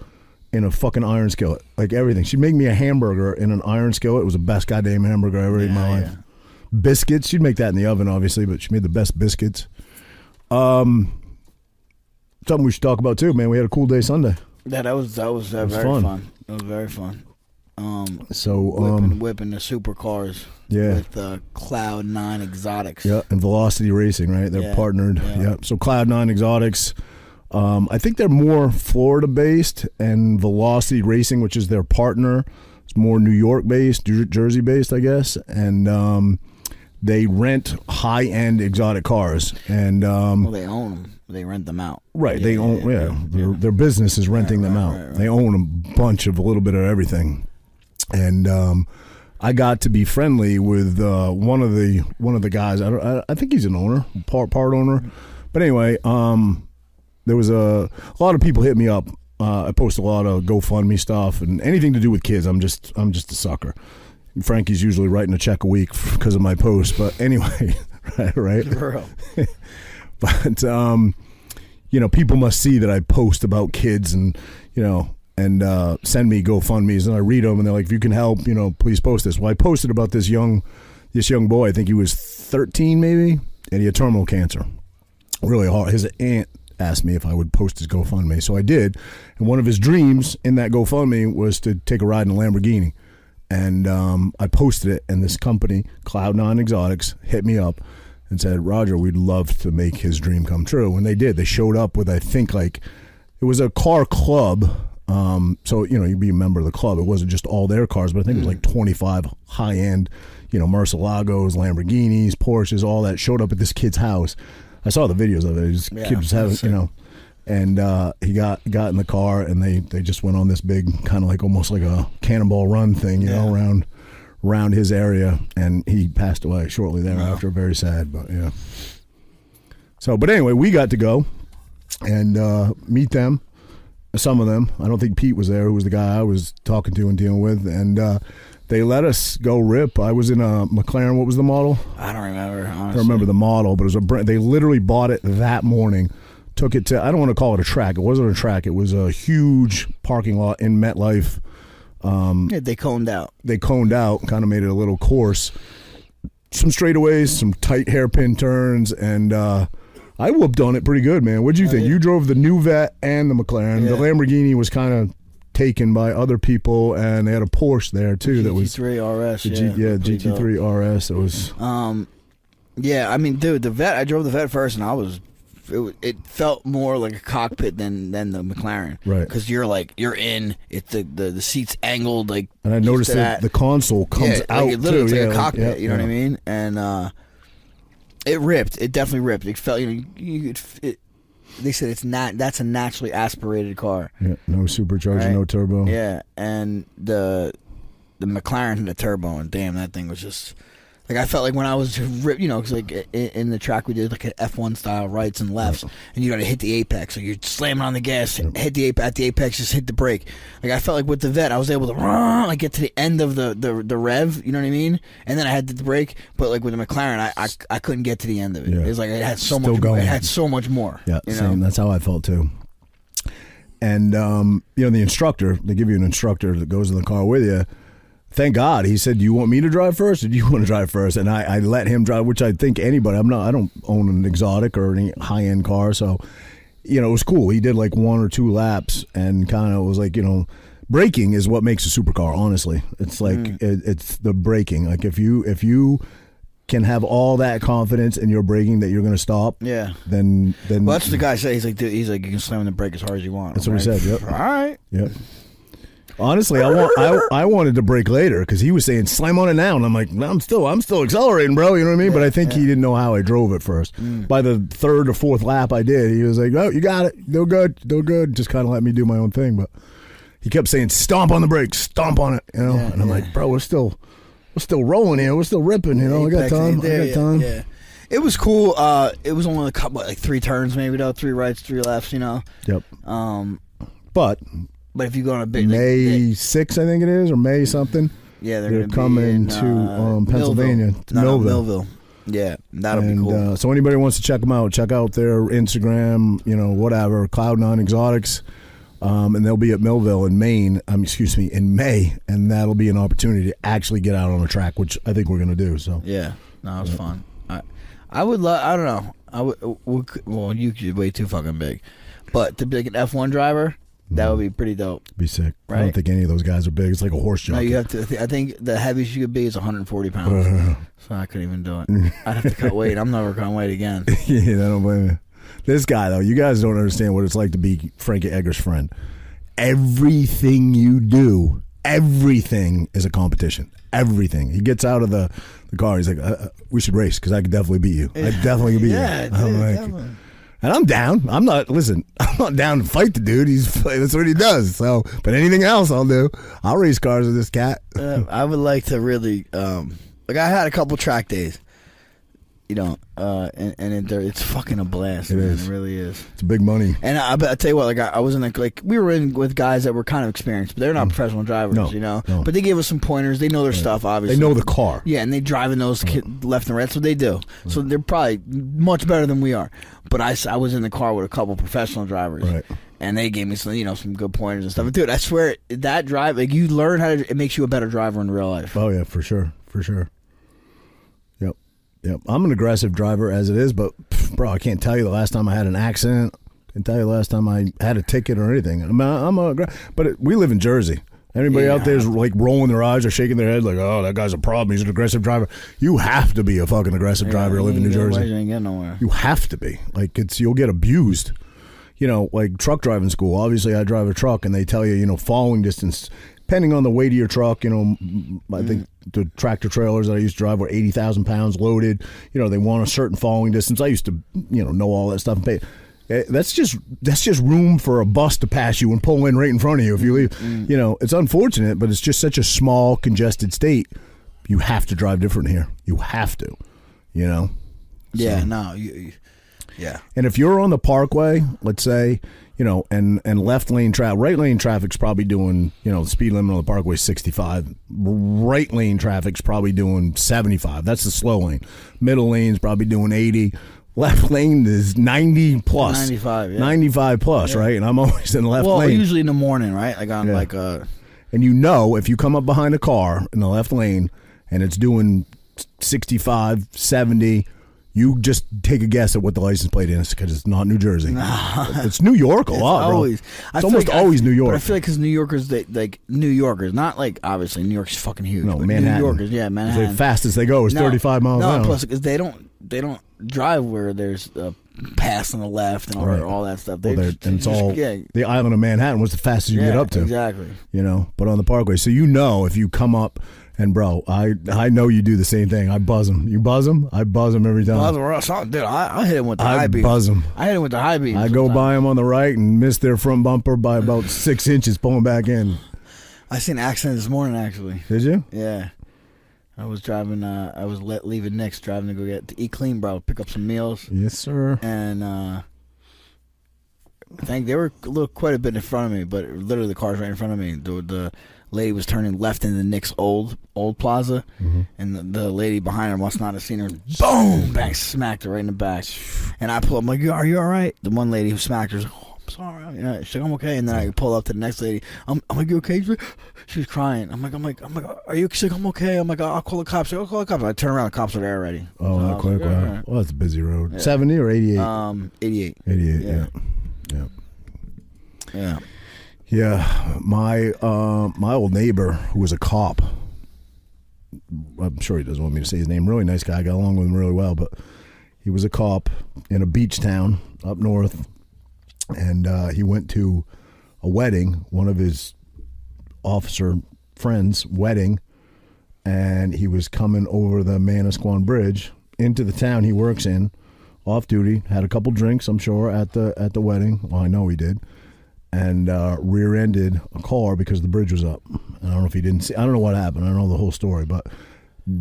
Speaker 3: in a fucking iron skillet. Like everything. She'd make me a hamburger in an iron skillet. It was the best goddamn hamburger I ever ate in my life. Biscuits. She'd make that in the oven, obviously, but she made the best biscuits. Um, something we should talk about too, man. We had a cool day Sunday.
Speaker 1: Yeah, that was that was, uh,
Speaker 3: was
Speaker 1: very
Speaker 3: fun.
Speaker 1: fun. That was very fun. Um,
Speaker 3: So,
Speaker 1: whipping
Speaker 3: um,
Speaker 1: whipping the supercars.
Speaker 3: Yeah.
Speaker 1: With uh, Cloud Nine Exotics.
Speaker 3: yeah, and Velocity Racing, right? They're
Speaker 1: Yeah,
Speaker 3: partnered. Yeah.
Speaker 1: yeah.
Speaker 3: So Cloud Nine Exotics. Um, I think they're more Florida based, and Velocity Racing, which is their partner, is more New York based, Jer- Jersey based, I guess. And um, they rent high end exotic cars, and um,
Speaker 1: Well, they own them. They rent them out.
Speaker 3: Right, they own. Yeah, their,
Speaker 1: yeah.
Speaker 3: their business is renting them out.
Speaker 1: right,
Speaker 3: They own a bunch of a little bit of everything, and um, I got to be friendly with uh, one of the one of the guys. I, don't, I, I think he's an owner, part part owner, but anyway, um, there was a, a lot of people hit me up. Uh, I post a lot of GoFundMe stuff and anything to do with kids. I'm just I'm just a sucker. Frankie's usually writing a check a week because of my post, but anyway, right, right
Speaker 1: Bro,
Speaker 3: but um, you know, people must see that I post about kids and you know and uh, send me GoFundmes, and I read them, and they're like, if you can help, you know, please post this. Well, I posted about this young this young boy. I think he was 13, maybe, and he had terminal cancer. Really hard. His aunt asked me if I would post his GoFundMe, so I did. And one of his dreams in that GoFundMe was to take a ride in a Lamborghini. And um, I posted it, and this company, Cloud Nine Exotics, hit me up and said, Roger, we'd love to make his dream come true. And they did. They showed up with, I think, like, it was a car club Um, so you know, you'd be a member of the club. It wasn't just all their cars, but I think it was like 25 high end, you know, Murcielagos, Lamborghinis, Porsches, all that showed up at this kid's house. I saw the videos of it. This kid was having, you know, and uh, he got got in the car, and they they just went on this big kind of like almost like a cannonball run thing, you know, around around his area, and he passed away shortly thereafter. Very sad, but yeah. So, but anyway, we got to go and uh, meet them, some of them. I don't think Pete was there, who was the guy I was talking to and dealing with, and uh, they let us go rip. I was in a McLaren. What was the model?
Speaker 1: I don't remember. Honestly.
Speaker 3: I don't remember the model, but it was a brand. They literally bought it that morning, took it to. I don't want to call it a track. It wasn't a track. It was a huge parking lot in MetLife.
Speaker 1: Yeah, they coned out.
Speaker 3: They coned out, kind of made it a little course. Some straightaways, some tight hairpin turns, and uh, I whooped on it pretty good, man. What'd you think? You drove the new vet and the McLaren. The
Speaker 1: Yeah.
Speaker 3: Lamborghini was kind of taken by other people, and they had a Porsche there too. that was
Speaker 1: GT3 RS.
Speaker 3: the
Speaker 1: yeah,
Speaker 3: G- yeah
Speaker 1: pretty dope.
Speaker 3: GT3 RS. It was
Speaker 1: Um, yeah, I mean, dude, the vet. I drove the vet first, and I was. It, wa- it felt more like a cockpit than than the McLaren,
Speaker 3: Right.
Speaker 1: Because you're like you're in. It's the, the the seats angled like.
Speaker 3: and I
Speaker 1: used to
Speaker 3: noticed that the console comes
Speaker 1: yeah,
Speaker 3: out
Speaker 1: like, it literally it's
Speaker 3: too. yeah,
Speaker 1: like a
Speaker 3: like-
Speaker 1: cockpit.
Speaker 3: yeah,
Speaker 1: you know
Speaker 3: yeah.
Speaker 1: what I mean? And uh, it ripped. It definitely ripped. It felt. You know, you could. f- It, they said it's not. That's a naturally aspirated car.
Speaker 3: Yeah, no supercharger,
Speaker 1: Right.
Speaker 3: no turbo.
Speaker 1: Yeah, and the the McLaren had a turbo, and damn, that thing was just like I felt like when I was ripped, you know, 'cause like i- in the track we did like an F1 style rights and lefts, and you got to hit the apex, so you're slamming on the gas, hit the apex, at the apex, just hit the brake. Like I felt like with the vet, I was able to like get to the end of the the, the rev, you know what I mean, and then I had to brake, but like with the McLaren, I I, I couldn't get to the end of it.
Speaker 3: Yeah.
Speaker 1: It was like it had so
Speaker 3: Still
Speaker 1: much,
Speaker 3: going.
Speaker 1: it had so much more.
Speaker 3: Yeah,
Speaker 1: you
Speaker 3: same.
Speaker 1: know?
Speaker 3: That's how I felt too. And um, you know, the instructor, they give you an instructor that goes in the car with you. Thank God, he said, "Do you want me to drive first, or do you want to drive first? And I, I let him drive, which I think anybody. I'm not. I don't own an exotic or any high end car, so you know it was cool. He did like one or two laps, and kind of was like, you know, braking is what makes a supercar. Honestly, it's like
Speaker 1: Mm.
Speaker 3: it, it's the braking. Like if you if you can have all that confidence in your braking that you're going to stop,
Speaker 1: Yeah.
Speaker 3: then then
Speaker 1: Well, that's what the guy said. He's like, dude, he's like, you can slam on the brake as hard as you want.
Speaker 3: That's what he
Speaker 1: I'm like,
Speaker 3: said, yep.
Speaker 1: All right.
Speaker 3: Yep. Honestly, I want I, I wanted to break later because he was saying slam on it now, and I'm like, no, I'm still I'm still accelerating, bro. You know what I mean? but I think he didn't know how I drove at first.
Speaker 1: Mm.
Speaker 3: By the third or fourth lap, I did. He was like, oh, you got it, no good, no good. Just kind of let me do my own thing, but he kept saying stomp on the brakes, stomp on it, you know. and I'm like, bro, we're still we're still rolling here, we're still ripping, you know. I Oh, got
Speaker 1: Apex
Speaker 3: time,
Speaker 1: ain't there
Speaker 3: I got
Speaker 1: yet.
Speaker 3: time.
Speaker 1: Yeah. It was cool. Uh, it was only a couple, like three turns, maybe though, three rights, three lefts. You know.
Speaker 3: Yep.
Speaker 1: Um,
Speaker 3: But
Speaker 1: but if you go on a big, like,
Speaker 3: May
Speaker 1: big-
Speaker 3: sixth, I think it is, or May something.
Speaker 1: yeah, they're,
Speaker 3: they're
Speaker 1: gonna be
Speaker 3: coming
Speaker 1: in,
Speaker 3: to,
Speaker 1: uh,
Speaker 3: um, Pennsylvania,
Speaker 1: Millville.
Speaker 3: to
Speaker 1: No, no,
Speaker 3: Millville.
Speaker 1: Millville. Yeah, that'll
Speaker 3: and,
Speaker 1: be cool.
Speaker 3: Uh, so anybody wants to check them out, check out their Instagram, you know, whatever, Cloud Nine Exotics, um, and they'll be at Millville in Maine. Um, excuse me, in May, and that'll be an opportunity to actually get out on a track, which I think we're going to do. So
Speaker 1: yeah, no, it was fun. I, I would love. I don't know. I would. we could- Well, you could way too fucking big, but to be like an F one driver, that would be
Speaker 3: Mm.
Speaker 1: pretty dope.
Speaker 3: be sick. I don't
Speaker 1: Right.
Speaker 3: think any of those guys are big. It's like a horse
Speaker 1: No,
Speaker 3: jockey.
Speaker 1: you have to. I think the heaviest you could be is 140 pounds. so I couldn't even do it. I'd have to cut weight. I'm never cutting weight again.
Speaker 3: yeah, I don't blame you. This guy though, you guys don't understand what it's like to be Frankie Edgar's friend. Everything you do, everything is a competition. Everything. He gets out of the, the car. He's like, uh, uh, "We should race because I could definitely beat you. I definitely could beat
Speaker 1: Yeah,
Speaker 3: you."
Speaker 1: dude,
Speaker 3: I'm like-
Speaker 1: definitely.
Speaker 3: and I'm down. I'm not. Listen, I'm not down to fight the dude. He's that's what he does. So, but anything else, I'll do. I'll race cars with this cat.
Speaker 1: Uh, I would like to really, um, like I had a couple track days, you know, uh, and, and it, there- it's fucking a blast. man. It,
Speaker 3: is.
Speaker 1: really is.
Speaker 3: It's big money.
Speaker 1: And I, but I tell you what, like I, I was in like, like we were in with guys that were kind of experienced, but they're not professional drivers,
Speaker 3: Mm. No,
Speaker 1: you know.
Speaker 3: no.
Speaker 1: But they gave us some pointers. They know their stuff,
Speaker 3: They
Speaker 1: obviously.
Speaker 3: know the car.
Speaker 1: Yeah, and they driving those ki- left and right. That's what they do. So they're probably much better than we are. But I, s- I was in the car with a couple professional drivers,
Speaker 3: Right.
Speaker 1: and they gave me some you know some good pointers and stuff. Dude, I swear that drive like you learn how to it makes you a better driver in real life.
Speaker 3: Oh yeah, for sure, for sure. Yep, yep. I'm an aggressive driver as it is, but pff, bro, I can't tell you the last time I had an accident. Can tell you the last time I had a ticket or anything. I'm a, I'm a aggra- but it, we live in Jersey. Anybody out there is like rolling their eyes or shaking their head, like, "Oh, that guy's a problem. He's an aggressive driver." You have to be a fucking aggressive driver to live in New
Speaker 1: Otherwise,
Speaker 3: Jersey.
Speaker 1: you ain't getting nowhere.
Speaker 3: You have to be. Like it's you'll get abused. you know, like truck driving school. Obviously, I drive a truck, and they tell you, you know, following distance, depending on the weight of your truck. You know, m- I think the tractor trailers that I used to drive were eighty thousand pounds loaded. You know, they want a certain following distance. I used to, you know, know all that stuff and pay. Eh, That's just that's just room for a bus to pass you and pull in right in front of you if you leave. You know, it's unfortunate, but it's just such a small, congested state. You have to drive different here. You have to, you know.
Speaker 1: Yeah, no, you, you- yeah,
Speaker 3: And if you're on the parkway, let's say, you know, and and left lane traffic, right lane traffic's probably doing, you know, the speed limit on the parkway is 65. Right lane traffic's probably doing 75. That's the slow lane. Middle lane's probably doing 80. Left lane is 90 plus.
Speaker 1: 95, yeah.
Speaker 3: 95 plus, right? And I'm always in the left
Speaker 1: well,
Speaker 3: lane.
Speaker 1: usually in the morning, right? Like on
Speaker 3: Yeah.
Speaker 1: like uh, a
Speaker 3: and you know, if you come up behind a car in the left lane and it's doing 65, 70, you just take a guess at what the license plate is because it's not New Jersey. It's New York a lot, bro.
Speaker 1: always. I
Speaker 3: it's
Speaker 1: feel
Speaker 3: almost
Speaker 1: like I-
Speaker 3: always New
Speaker 1: But I
Speaker 3: York.
Speaker 1: feel like because New Yorkers, they, like New Yorkers, not like obviously New York's fucking huge.
Speaker 3: no,
Speaker 1: but
Speaker 3: Manhattan.
Speaker 1: New Yorkers, yeah, Manhattan.
Speaker 3: The fastest they go is
Speaker 1: No,
Speaker 3: 35 miles
Speaker 1: no,
Speaker 3: an hour.
Speaker 1: plus because they don't they don't drive where there's a pass on the left and all,
Speaker 3: Right.
Speaker 1: all that stuff. They
Speaker 3: Well, they're-
Speaker 1: just,
Speaker 3: and it's
Speaker 1: just-
Speaker 3: all
Speaker 1: yeah,
Speaker 3: the island of Manhattan was the fastest you
Speaker 1: yeah,
Speaker 3: could get up to.
Speaker 1: exactly.
Speaker 3: you know, but on the parkway. So you know if you come up and bro, I I know you do the same thing. I buzz them. You buzz them. I buzz them every time.
Speaker 1: Well, that's where I saw- dude, I, I hit him with the
Speaker 3: I
Speaker 1: high beam.
Speaker 3: buzz 'em.
Speaker 1: I hit him with the high beam.
Speaker 3: I go by them on the right and miss their front bumper by about six inches pulling back in.
Speaker 1: I seen an accident this morning actually.
Speaker 3: Did you?
Speaker 1: Yeah. I was driving. Uh, I was let, leaving Nick's, driving to go get to eat clean, bro. Pick up some meals,
Speaker 3: Yes, sir.
Speaker 1: and uh, I think they were a little quite a bit in front of me, but literally the cars right in front of me. The, the lady was turning left into Nick's old old plaza, and the, the lady behind her must not have seen her. Boom! Bang! Mm-hmm. Smacked her right in the back, and I pull up. I'm like, "Are you all right?" The one lady who smacked her. Was like, oh, I'm sorry. You know, she's like, I'm okay. And then I pull up to the next lady. I'm, I'm like, you okay? She's like, She was crying. I'm like, I'm like, I'm like, are you? She's like, I'm okay. I'm like, I'll call the cops. She's like, I'll call the cops. I turn around. The cops are there already.
Speaker 3: Oh,
Speaker 1: So I
Speaker 3: that
Speaker 1: was
Speaker 3: quick.
Speaker 1: like, "All
Speaker 3: Wow.
Speaker 1: right."
Speaker 3: Well, that's a busy road. 70 or 88?
Speaker 1: Um, 88.
Speaker 3: 88,
Speaker 1: yeah.
Speaker 3: yeah. Yeah.
Speaker 1: Yeah.
Speaker 3: Yeah, my uh, my old neighbor who was a cop. I'm sure he doesn't want me to say his name. Really nice guy. I got along with him really well, but he was a cop in a beach town up north, and uh, he went to a wedding, one of his officer friends' wedding, and he was coming over the Manasquan Bridge into the town he works in, off duty. Had a couple drinks, I'm sure, at the at the wedding. Well, I know he did, and uh, rear-ended a car because the bridge was up. And I don't know if he didn't see. I don't know what happened. I don't know the whole story, but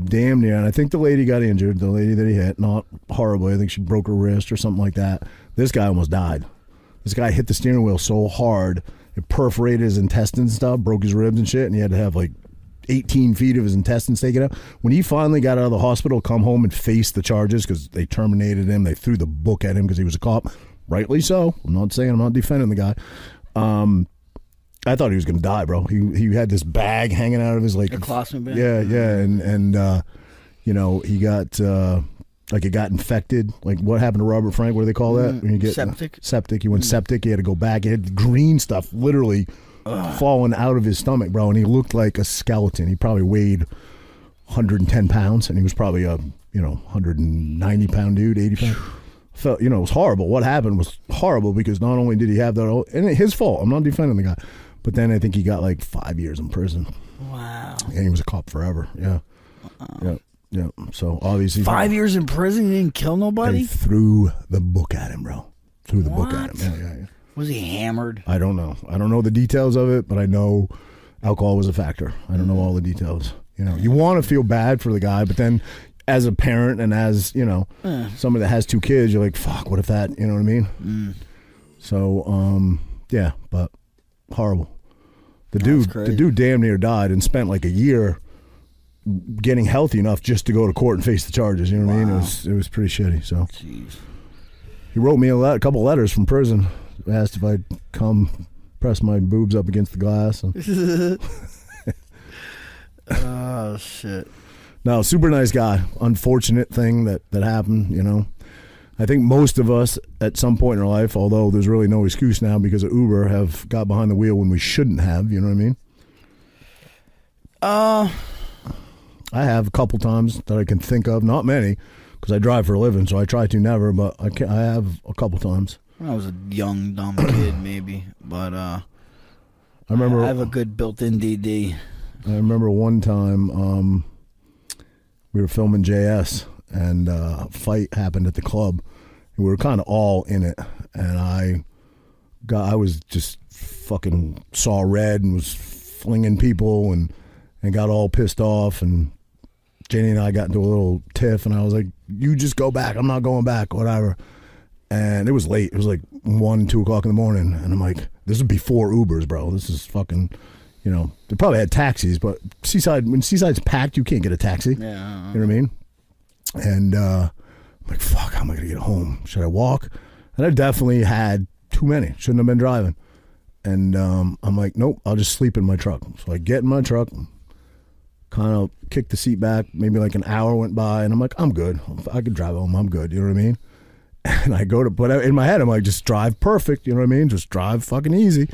Speaker 3: damn near. And I think the lady got injured. The lady that he hit, not horribly. I think she broke her wrist or something like that. This guy almost died. This guy hit the steering wheel so hard it perforated his intestines and stuff, broke his ribs and shit, and he had to have like 18 feet of his intestines taken out. When he finally got out of the hospital, come home and faced the charges because they terminated him. They threw the book at him because he was a cop. Rightly so. I'm not saying I'm not defending the guy. Um, I thought he was going to die, bro. He he had this bag hanging out of his like
Speaker 1: A colostomy bag?
Speaker 3: Yeah, yeah, and and uh, you know he got uh, like it got infected. Like what happened to Robert Frank? What do they call that? When you get
Speaker 1: Septic?
Speaker 3: septic. He went septic. He had to go back. He had green stuff literally falling out of his stomach, bro. And he looked like a skeleton. He probably weighed 110 pounds, and he was probably a you know 190 pound dude, 80 pound. Felt you know it was horrible. What happened was horrible because not only did he have that, all- and it- his fault. I'm not defending the guy, but then I think he got like five years in prison,
Speaker 1: Wow.
Speaker 3: and he was a cop forever. Yeah, yeah, yeah. So obviously
Speaker 1: Uh-uh. Five years in prison. He didn't kill
Speaker 3: They
Speaker 1: nobody.
Speaker 3: threw the book at him, bro. Threw the book at him.
Speaker 1: What?
Speaker 3: Yeah, yeah, yeah.
Speaker 1: Was he hammered?
Speaker 3: I don't know. I don't know the details of it, but I know alcohol was a factor. I don't know all the details. You know, you want to feel bad for the guy, but then as a parent and as, you know, somebody that has two kids, you're like, fuck, what if that, you know what I mean? So, um, yeah, but horrible. The dude, the
Speaker 1: crazy.
Speaker 3: dude damn near died and spent like a year getting healthy enough just to go to court and face the charges. You know what I mean? It was, it was pretty shitty. So,
Speaker 1: Jeez.
Speaker 3: he wrote me a, le- a couple letters from prison. Asked if I'd come press my boobs up against the glass. And,
Speaker 1: oh shit.
Speaker 3: no, super nice guy. Unfortunate thing that that happened. You know, I think most of us at some point in our life, although there's really no excuse now because of Uber, have got behind the wheel when we shouldn't have. You know what I mean?
Speaker 1: Uh,
Speaker 3: I have a couple times that I can think of, not many, because I drive for a living, so I try to never. But I can, I have a couple times.
Speaker 1: When I was a young dumb kid, maybe, but uh,
Speaker 3: I remember
Speaker 1: I have a good built-in DD.
Speaker 3: I remember one time um, we were filming JS and uh, a fight happened at the club. We were kind of all in it, and I got I was just fucking saw red and was flinging people and and got all pissed off and Jenny and I got into a little tiff and I was like, "You just go back. I'm not going back. Whatever." And it was late. It was like one, two o'clock in the morning, and I'm like, "This is before Ubers, bro. This is fucking." You know, they probably had taxis, but Seaside when Seaside's packed, you can't get a taxi.
Speaker 1: Yeah. uh-uh.
Speaker 3: You know what I mean? And uh, I'm like, fuck, how am I going to get home? Should I walk? And I definitely had too many. Shouldn't have been driving. And um, I'm like, nope, I'll just sleep in my truck. So I get in my truck, kind of kick the seat back. Maybe like an hour went by, and I'm like, I'm good. I could drive home. I'm good. You know what I mean? And I go to, but in my head, I'm like, just drive perfect. You know what I mean? Just drive fucking easy.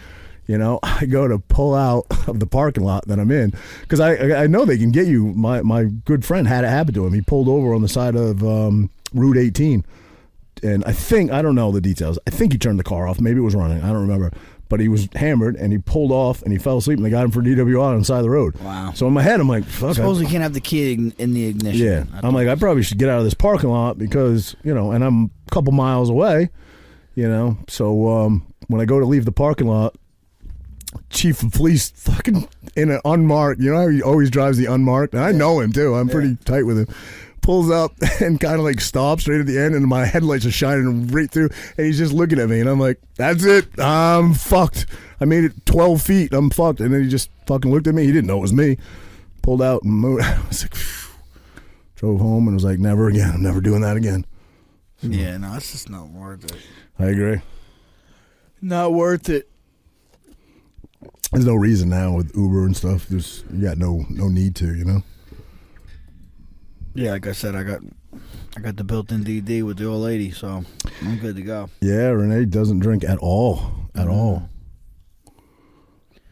Speaker 3: You know, I go to pull out of the parking lot that I'm in because I- I I know they can get you. My my good friend had it happen to him. He pulled over on the side of um, Route 18, and I think I don't know the details. I think he turned the car off. Maybe it was running. I don't remember. But he was hammered and he pulled off and he fell asleep and they got him for DWI on the side of the road.
Speaker 1: Wow.
Speaker 3: So in my head, I'm like, fuck. I-
Speaker 1: Suppose we can't have the key ign- in the ignition.
Speaker 3: yeah.
Speaker 1: I
Speaker 3: I'm like, I probably should get out of this parking lot because, you know, and I'm a couple miles away, you know. So um, when I go to leave the parking lot, Chief of Police fucking in an unmarked, you know how he always drives the unmarked? And I know him too. I'm pretty tight with him. Pulls up and kind of like stops right at the end, and my headlights are shining right through, and he's just looking at me, and I'm like, "That's it, I'm fucked. I made it 12 feet, I'm fucked." And then he just fucking looked at me. He didn't know it was me. Pulled out and moved. I was like, "Phew." drove home, and was like, "Never again. I'm never doing that again."
Speaker 1: yeah, no, it's just not worth it.
Speaker 3: I agree.
Speaker 1: Not worth it.
Speaker 3: There's no reason now with Uber and stuff. There's you got no no need to, you know.
Speaker 1: Yeah, like I said, I got I got the built-in DD with the old lady, so I'm good to go.
Speaker 3: Yeah, Renee doesn't drink at all, at all.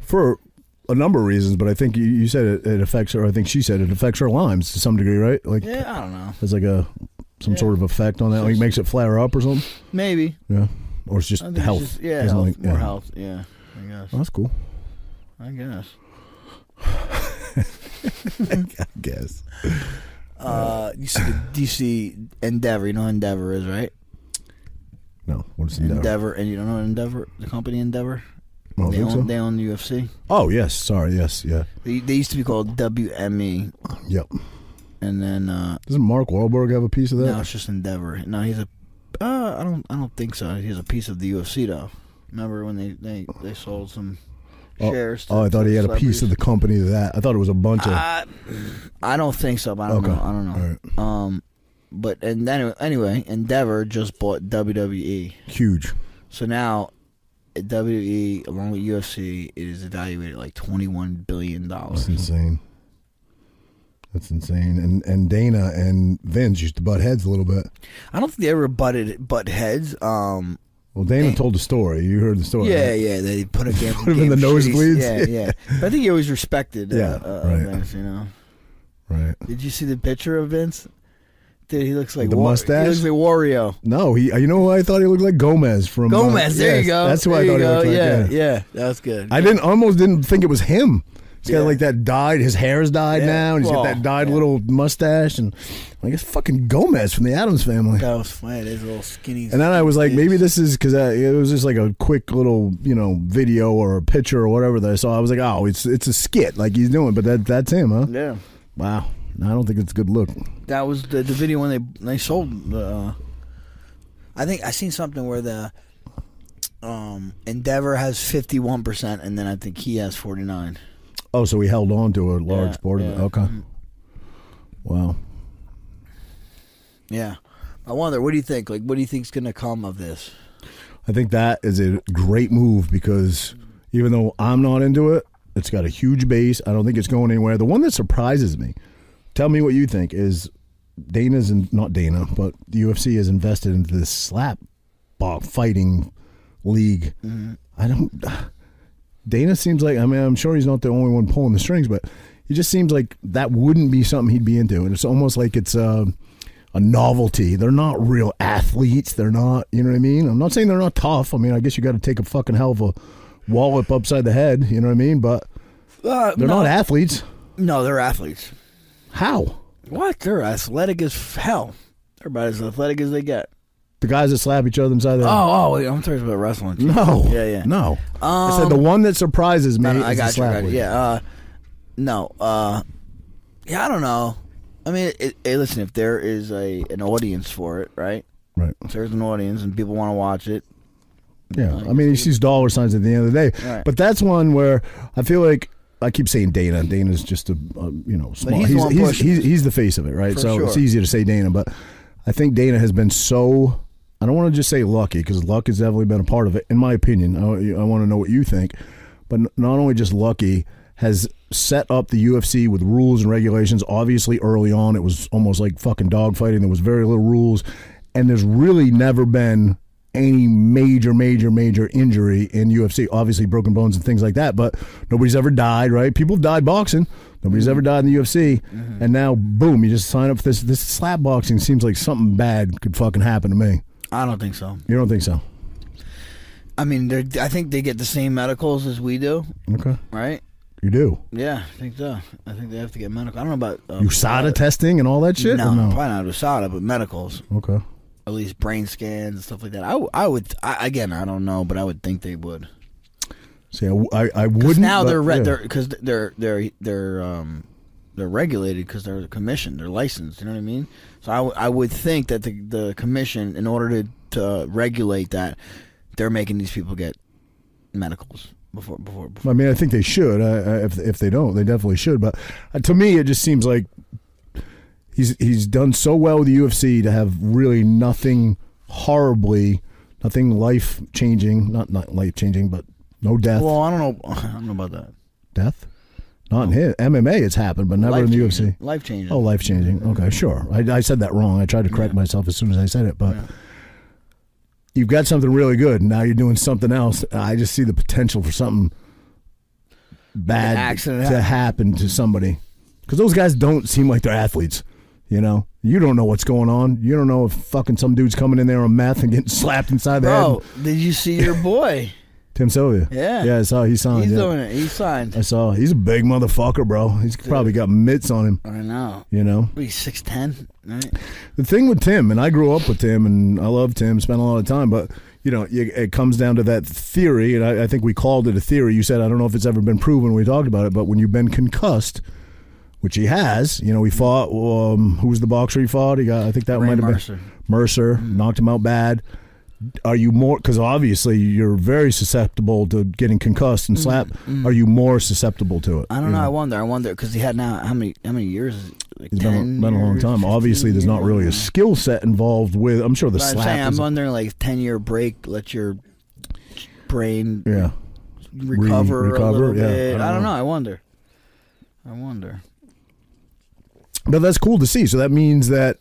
Speaker 3: For a number of reasons, but I think you, you said it, it affects her. I think she said it affects her limes to some degree, right? Like,
Speaker 1: Yeah, I don't know.
Speaker 3: there's like a some sort of effect on that. Like, makes it flare up or something.
Speaker 1: Maybe.
Speaker 3: Yeah, or it's just
Speaker 1: I think it's
Speaker 3: health.
Speaker 1: just- yeah,
Speaker 3: Doesn't
Speaker 1: health,
Speaker 3: like-
Speaker 1: more
Speaker 3: yeah.
Speaker 1: health. Yeah, I guess.
Speaker 3: Well, that's cool.
Speaker 1: I guess.
Speaker 3: I guess.
Speaker 1: Uh, you see, the, do you see Endeavor? You know what Endeavor is, right?
Speaker 3: No, what is
Speaker 1: Endeavor,
Speaker 3: endeavor?
Speaker 1: and you don't know Endeavor, the company Endeavor.
Speaker 3: I don't
Speaker 1: they
Speaker 3: think
Speaker 1: own
Speaker 3: so.
Speaker 1: they own the UFC.
Speaker 3: Oh yes, sorry, yes, yeah,
Speaker 1: They, they used to be called WME,
Speaker 3: yep.
Speaker 1: and then uh,
Speaker 3: Doesn't Mark Wahlberg have a piece of that?
Speaker 1: now it's just Endeavor. Now he's a. Uh, I don't I don't think so. He's a piece of the UFC though. Remember when they they, they sold some
Speaker 3: Oh,
Speaker 1: shares? To
Speaker 3: Oh, I thought he had a piece of the company of that. I thought it was a bunch of.
Speaker 1: Uh, I don't think so. But I don't
Speaker 3: Okay.
Speaker 1: know. I don't know.
Speaker 3: All right.
Speaker 1: Um, but and anyway, anyway, Endeavor just bought E. WWE.
Speaker 3: Huge.
Speaker 1: So now, WWE along with UFC, it is evaluated at like twenty-one billion
Speaker 3: That's
Speaker 1: dollars.
Speaker 3: insane. That's insane. And and Dana and Vince used to butt heads a little bit.
Speaker 1: I don't think they ever butted butt heads. Um,
Speaker 3: Well, Dana told the story. You heard the story.
Speaker 1: yeah,
Speaker 3: right?
Speaker 1: yeah, they put a game.
Speaker 3: Put him
Speaker 1: game
Speaker 3: in the
Speaker 1: shitty- Yeah,
Speaker 3: nosebleeds?
Speaker 1: yeah. But I think he always respected. Uh,
Speaker 3: Yeah,
Speaker 1: uh,
Speaker 3: right.
Speaker 1: Vince, you know.
Speaker 3: Right.
Speaker 1: Did you see the picture of Vince? Dude, he looks like
Speaker 3: The
Speaker 1: Wa-
Speaker 3: mustache?
Speaker 1: He looks like Wario.
Speaker 3: No, he. uh, You know who I thought he looked like? Gomez from uh,
Speaker 1: Gomez, there
Speaker 3: yes,
Speaker 1: you go.
Speaker 3: That's who
Speaker 1: there
Speaker 3: I
Speaker 1: you
Speaker 3: thought he
Speaker 1: go.
Speaker 3: looked like.
Speaker 1: yeah,
Speaker 3: Yeah.
Speaker 1: yeah, that was good.
Speaker 3: I didn't almost didn't think it was him. He's got
Speaker 1: Yeah.
Speaker 3: like that dyed. His hair's dyed
Speaker 1: Yeah.
Speaker 3: now, and he's got
Speaker 1: Well,
Speaker 3: that dyed
Speaker 1: yeah.
Speaker 3: little mustache, and I guess fucking Gomez from the Adams Family.
Speaker 1: that was funny. Those little skinny.
Speaker 3: And then I was like, maybe this is because it was just like a quick little, you know, video or a picture or whatever that I saw. I was like, oh, it's it's a skit like he's doing, but that that's him, huh?
Speaker 1: yeah,
Speaker 3: Wow, No, I don't think it's a good look.
Speaker 1: that was the, the video when they they sold the. Uh, I think I seen something where the um, Endeavor has fifty one percent, and then I think he has forty nine.
Speaker 3: Oh, so he held on to a large
Speaker 1: Yeah,
Speaker 3: part of it.
Speaker 1: yeah. Mm.
Speaker 3: Okay, wow.
Speaker 1: Yeah, I wonder. What do you think? Like, what do you think's gonna come of this?
Speaker 3: I think that is a great move because even though I'm not into it, it's got a huge base. I don't think it's going anywhere. The one that surprises me, tell me what you think, is Dana's in, not Dana, but the UFC is invested into this slap bo- fighting league. I don't. Dana seems like I mean I'm sure he's not the only one pulling the strings, but he just seems like that wouldn't be something he'd be into, and it's almost like it's uh, a novelty. They're not real athletes. They're not, you know what I mean? I'm not saying they're not tough. I mean, I guess you got to take a fucking hell of a wallop upside the head, you know what I mean? But
Speaker 1: Uh,
Speaker 3: they're
Speaker 1: no,
Speaker 3: not athletes.
Speaker 1: No, they're athletes.
Speaker 3: How?
Speaker 1: What? They're athletic as f- hell. They're about as athletic as they get.
Speaker 3: The guys that slap each other inside the
Speaker 1: Oh, oh, wait, I'm talking about wrestling.
Speaker 3: No.
Speaker 1: Yeah, yeah. Um,
Speaker 3: No. I said the one that surprises me
Speaker 1: No, no,
Speaker 3: is
Speaker 1: I
Speaker 3: the
Speaker 1: got you. I
Speaker 3: slap
Speaker 1: got you.
Speaker 3: wig.
Speaker 1: Yeah. Uh, no. Uh, yeah, I don't know. I mean, it, hey, listen, if there is a an audience for it, right?
Speaker 3: Right.
Speaker 1: If there's an audience and people want to watch it,
Speaker 3: Yeah, I mean, he sees dollar signs at the end of the day.
Speaker 1: Right.
Speaker 3: But that's one where I feel like I keep saying Dana. Dana's just a um, you know small.
Speaker 1: he's the
Speaker 3: He's
Speaker 1: one
Speaker 3: he's, he's,
Speaker 1: pushing
Speaker 3: he's, the face of it, right?
Speaker 1: For
Speaker 3: so
Speaker 1: sure.
Speaker 3: it's easy to say Dana, but I think Dana has been so. I don't want to just say lucky because luck has definitely been a part of it, in my opinion. I, I want to know what you think, but n- not only just lucky has set up the UFC with rules and regulations. Obviously, early on, it was almost like fucking dogfighting. There was very little rules, and there's really never been any major, major, major injury in UFC. Obviously, broken bones and things like that, but nobody's ever died, right? People have died boxing. Nobody's ever died in the UFC,
Speaker 1: Mm-hmm.
Speaker 3: and now boom, you just sign up for this. This slap boxing seems like something bad could fucking happen to me.
Speaker 1: I don't think so.
Speaker 3: You don't think so?
Speaker 1: I mean, they're, I think they get the same medicals as we do,
Speaker 3: Okay,
Speaker 1: right?
Speaker 3: you do.
Speaker 1: Yeah, I think so. I think they have to get medical. I don't know about uh,
Speaker 3: USADA testing and all that shit.
Speaker 1: No,
Speaker 3: or no?
Speaker 1: probably not USADA, but medicals,
Speaker 3: Okay.
Speaker 1: at least brain scans and stuff like that. I, w- I would, I, again, I don't know, but I would think they would.
Speaker 3: See, I, w- I- I
Speaker 1: Because
Speaker 3: wouldn't.
Speaker 1: now
Speaker 3: but
Speaker 1: they're re-
Speaker 3: yeah.
Speaker 1: they're because they're they're they're um they're regulated because they're commissioned, they're licensed. You know what I mean? So I, w- I would think that the the commission, in order to, to regulate that, they're making these people get medicals before before. before.
Speaker 3: I mean, I think they should. I, I, if if they don't, they definitely should. But uh, to me, it just seems like he's he's done so well with the UFC to have really nothing horribly, nothing life changing, not not life changing, but no death.
Speaker 1: Well, I don't know. I don't know about that.
Speaker 3: death, not in his MMA. It's happened, but never in the UFC.
Speaker 1: Life changing.
Speaker 3: Oh, life changing. Okay, sure. I, I said that wrong. I tried to correct myself as soon as I said it, but you've got something really good. Now you're doing something else. I just see the potential for something bad
Speaker 1: accident
Speaker 3: to happen to somebody because those guys don't seem like they're athletes. You know, you don't know what's going on. You don't know if fucking some dude's coming in there on meth and getting slapped inside the
Speaker 1: bro,
Speaker 3: head.
Speaker 1: did you see your boy?
Speaker 3: Tim Sylvia.
Speaker 1: Yeah.
Speaker 3: yeah. I saw he signed.
Speaker 1: He's
Speaker 3: Oh, yeah.
Speaker 1: doing it. He signed.
Speaker 3: I saw he's a big motherfucker, bro. He's probably got mitts on him.
Speaker 1: I don't know.
Speaker 3: You know.
Speaker 1: What, He's six ten, right?
Speaker 3: The thing with Tim, and I grew up with Tim, and I love Tim, spent a lot of time, but you know, you, it comes down to that theory, and I, I think we called it a theory. You said I don't know if it's ever been proven. We talked about it, but when you've been concussed, which he has, you know, he fought. Um, who was the boxer he fought? He got, I think that
Speaker 1: Ray
Speaker 3: might have
Speaker 1: Mercer. Mm-hmm.
Speaker 3: been Mercer, knocked him out bad. Are you more because obviously you're very susceptible to getting concussed and slapped? Are you more susceptible to it?
Speaker 1: Mm-hmm. I don't know. I wonder. I wonder because he had now how many how many years? Is it? Like
Speaker 3: It's
Speaker 1: 10
Speaker 3: been, been a long
Speaker 1: years,
Speaker 3: time.
Speaker 1: 15
Speaker 3: Obviously, there's not
Speaker 1: years?
Speaker 3: really a skill set involved with. I'm sure the
Speaker 1: But I'm
Speaker 3: slap
Speaker 1: saying I'm
Speaker 3: is
Speaker 1: wondering like ten year break. Let your brain
Speaker 3: yeah.
Speaker 1: recover, a
Speaker 3: recover,
Speaker 1: little
Speaker 3: yeah,
Speaker 1: bit. I don't,
Speaker 3: I don't
Speaker 1: know.
Speaker 3: know.
Speaker 1: I wonder. I wonder.
Speaker 3: But that's cool to see. So that means that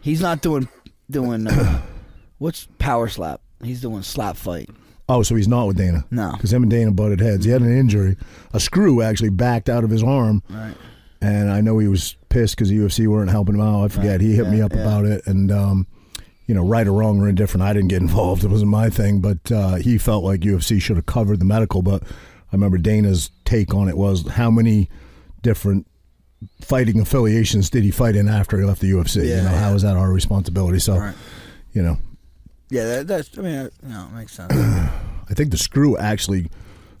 Speaker 1: He's not doing doing uh, what's power slap. He's doing slap fight.
Speaker 3: oh, so he's not with Dana.
Speaker 1: No.
Speaker 3: because him and Dana butted heads. He had an injury. A screw actually backed out of his arm,
Speaker 1: Right.
Speaker 3: and I know he was pissed because the UFC weren't helping him out. I forget. He hit me
Speaker 1: Yeah,
Speaker 3: up
Speaker 1: yeah.
Speaker 3: about it, and um, you know, right or wrong or indifferent, I didn't get involved. It wasn't my thing. But uh, he felt like UFC should have covered the medical. But I remember Dana's take on it was how many different fighting affiliations did he fight in after he left the UFC?
Speaker 1: Yeah,
Speaker 3: you know,
Speaker 1: yeah.
Speaker 3: how is that our responsibility? So,
Speaker 1: Right.
Speaker 3: you know,
Speaker 1: Yeah. That, that's. I mean, uh, no, it makes sense.
Speaker 3: I think the screw actually.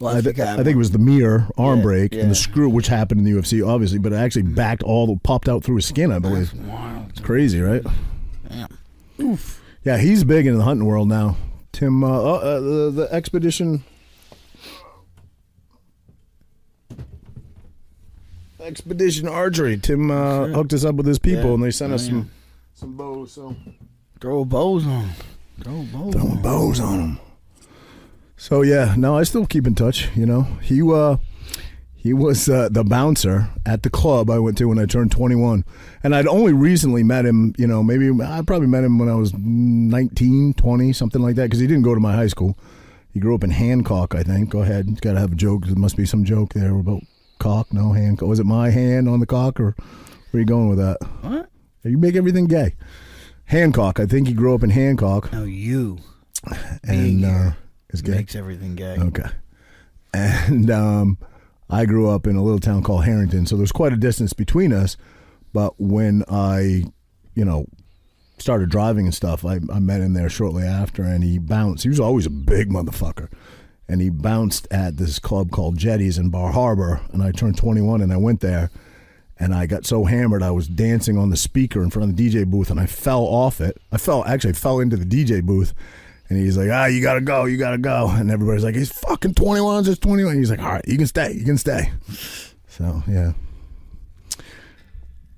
Speaker 1: Well,
Speaker 3: I,
Speaker 1: if you
Speaker 3: th-
Speaker 1: got
Speaker 3: I think it was the mirror arm
Speaker 1: Yeah,
Speaker 3: break
Speaker 1: yeah. Mm-hmm.
Speaker 3: and the screw, which happened in the UFC, obviously, but it actually backed all the popped out through his skin, I believe.
Speaker 1: Wild.
Speaker 3: Crazy, right?
Speaker 1: Damn.
Speaker 3: Yeah, he's big in the hunting world now. Tim, uh, oh, uh, the, the expedition. Expedition Archery. Tim uh, hooked us up with his people,
Speaker 1: Yeah.
Speaker 3: and they sent us
Speaker 1: Oh,
Speaker 3: some some bows. So
Speaker 1: Throw bows on. 'em. Throw bows. on 'em.
Speaker 3: bows on him. So yeah, no, I still keep in touch. You know, he uh, he was uh, the bouncer at the club I went to when I turned 21, and I'd only recently met him. You know, maybe I probably met him when I was 19, 20, something like that, because he didn't go to my high school. He grew up in Hancock, I think. Go ahead, got to have a joke. There must be some joke there about cock. No Hancock. Was it my hand on the cock, or where are you going with that?
Speaker 1: What?
Speaker 3: You make everything gay. Hancock. I think he grew up in Hancock
Speaker 1: No, you
Speaker 3: and uh, is gay.
Speaker 1: makes everything gay.
Speaker 3: Okay. And um, I grew up in a little town called Harrington, so there's quite a distance between us. But when I, you know, started driving and stuff, I, I met him there shortly after, and he bounced. He was always a big motherfucker. And he bounced at this club called Jetties in Bar Harbor, and I turned 21 and I went there. And I got so hammered, I was dancing on the speaker in front of the DJ booth, and I fell off it. I fell, actually, I fell into the DJ booth, and he's like, "Ah, you gotta go, you gotta go," and everybody's like, "He's fucking 21, just 21." He's like, "All right, you can stay, you can stay." So yeah,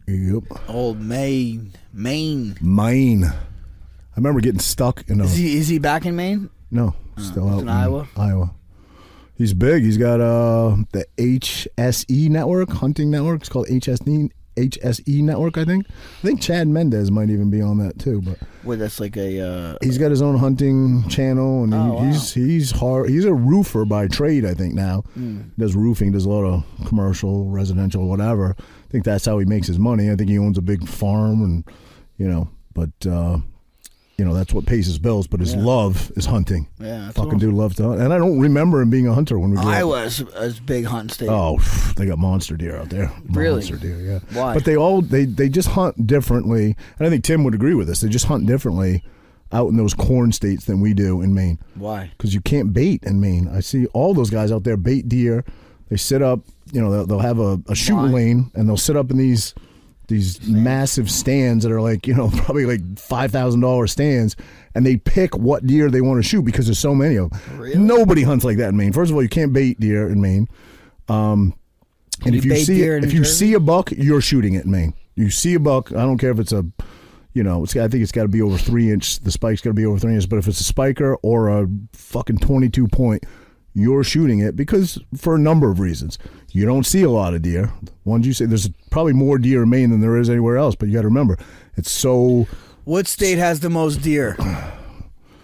Speaker 3: yep.
Speaker 1: Old Maine, Maine.
Speaker 3: Maine. I remember getting stuck in a
Speaker 1: Is he is he back in Maine?
Speaker 3: no, still out
Speaker 1: in Iowa?
Speaker 3: Iowa. He's big. He's got uh the HSE network, hunting network. It's called E, HSE HSE network. I think. I think Chad Mendez might even be on that too, but.
Speaker 1: Wait, that's like a uh,
Speaker 3: he's got his own hunting channel and he,
Speaker 1: Oh, wow.
Speaker 3: he's he's hard he's a roofer by trade i think now
Speaker 1: Hmm.
Speaker 3: does roofing does a lot of commercial residential whatever i think that's how he makes his money i think he owns a big farm and you know but uh you know that's what pays his bills but his love is hunting
Speaker 1: Yeah, that's
Speaker 3: fucking
Speaker 1: awesome.
Speaker 3: dude loves to hunt and i don't remember him being a hunter when we grew up.
Speaker 1: Iowa is is a big hunting state.
Speaker 3: Oh, phew, they got monster deer out there.
Speaker 1: Really?
Speaker 3: Monster deer, yeah.
Speaker 1: Why?
Speaker 3: But they all they they just hunt differently, and I think Tim would agree with us. They just hunt differently out in those corn states than we do in Maine,
Speaker 1: Why?
Speaker 3: because you can't bait in Maine. I see all those guys out there bait deer. They sit up, you know, they'll, they'll have a, a shoot
Speaker 1: Why?
Speaker 3: lane, and they'll sit up in these these massive stands that are like you know probably like five thousand dollar stands, and they pick what deer they want to shoot because there's so many of them.
Speaker 1: Really?
Speaker 3: Nobody hunts like that in Maine. First of all, you can't bait deer in Maine. And if
Speaker 1: you
Speaker 3: you
Speaker 1: bait
Speaker 3: see
Speaker 1: deer in
Speaker 3: if
Speaker 1: New
Speaker 3: you
Speaker 1: Jersey?
Speaker 3: see a buck, you're shooting it, Maine. You see a buck, I don't care if it's a, you know, it's, I think it's got to be over three inch. The spike's got to be over three inches. But if it's a spiker or a fucking twenty two point, you're shooting it because for a number of reasons. You don't see a lot of deer. Ones you see, there's probably more deer in Maine than there is anywhere else. But you got to remember, it's so
Speaker 1: What state has the most deer?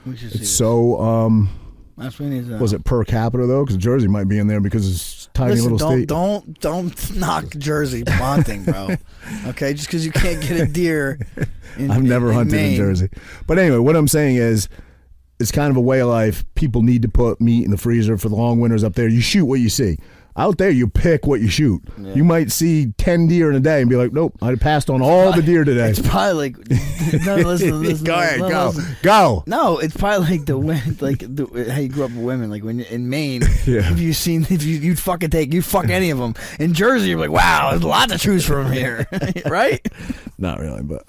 Speaker 1: We should see.
Speaker 3: it's so. um
Speaker 1: That's what we need to know.
Speaker 3: Was it per capita though? Because Jersey might be in there because it's a tiny
Speaker 1: Listen,
Speaker 3: little
Speaker 1: don't
Speaker 3: state.
Speaker 1: don't don't knock Jersey hunting, bro. okay, just because you can't get a deer. In,
Speaker 3: I've never
Speaker 1: in
Speaker 3: hunted
Speaker 1: Maine.
Speaker 3: in Jersey. But anyway, what I'm saying is it's kind of a way of life. People need to put meat in the freezer for the long winters up there. You shoot what you see. Out there, you pick what you shoot. You might see 10 deer in a day and be like, nope, I passed on all the deer today.
Speaker 1: It's probably like no, listen, listen,
Speaker 3: go ahead,
Speaker 1: no,
Speaker 3: go.
Speaker 1: listen.
Speaker 3: Go.
Speaker 1: No, it's probably like the women, like the, how you grew up with women. Like when you're in Maine,
Speaker 3: Yeah.
Speaker 1: if you seen, if you you'd fucking take, you fuck any of them. In Jersey, you're like, wow, there's a lot to choose from here, right?
Speaker 3: Not really, but.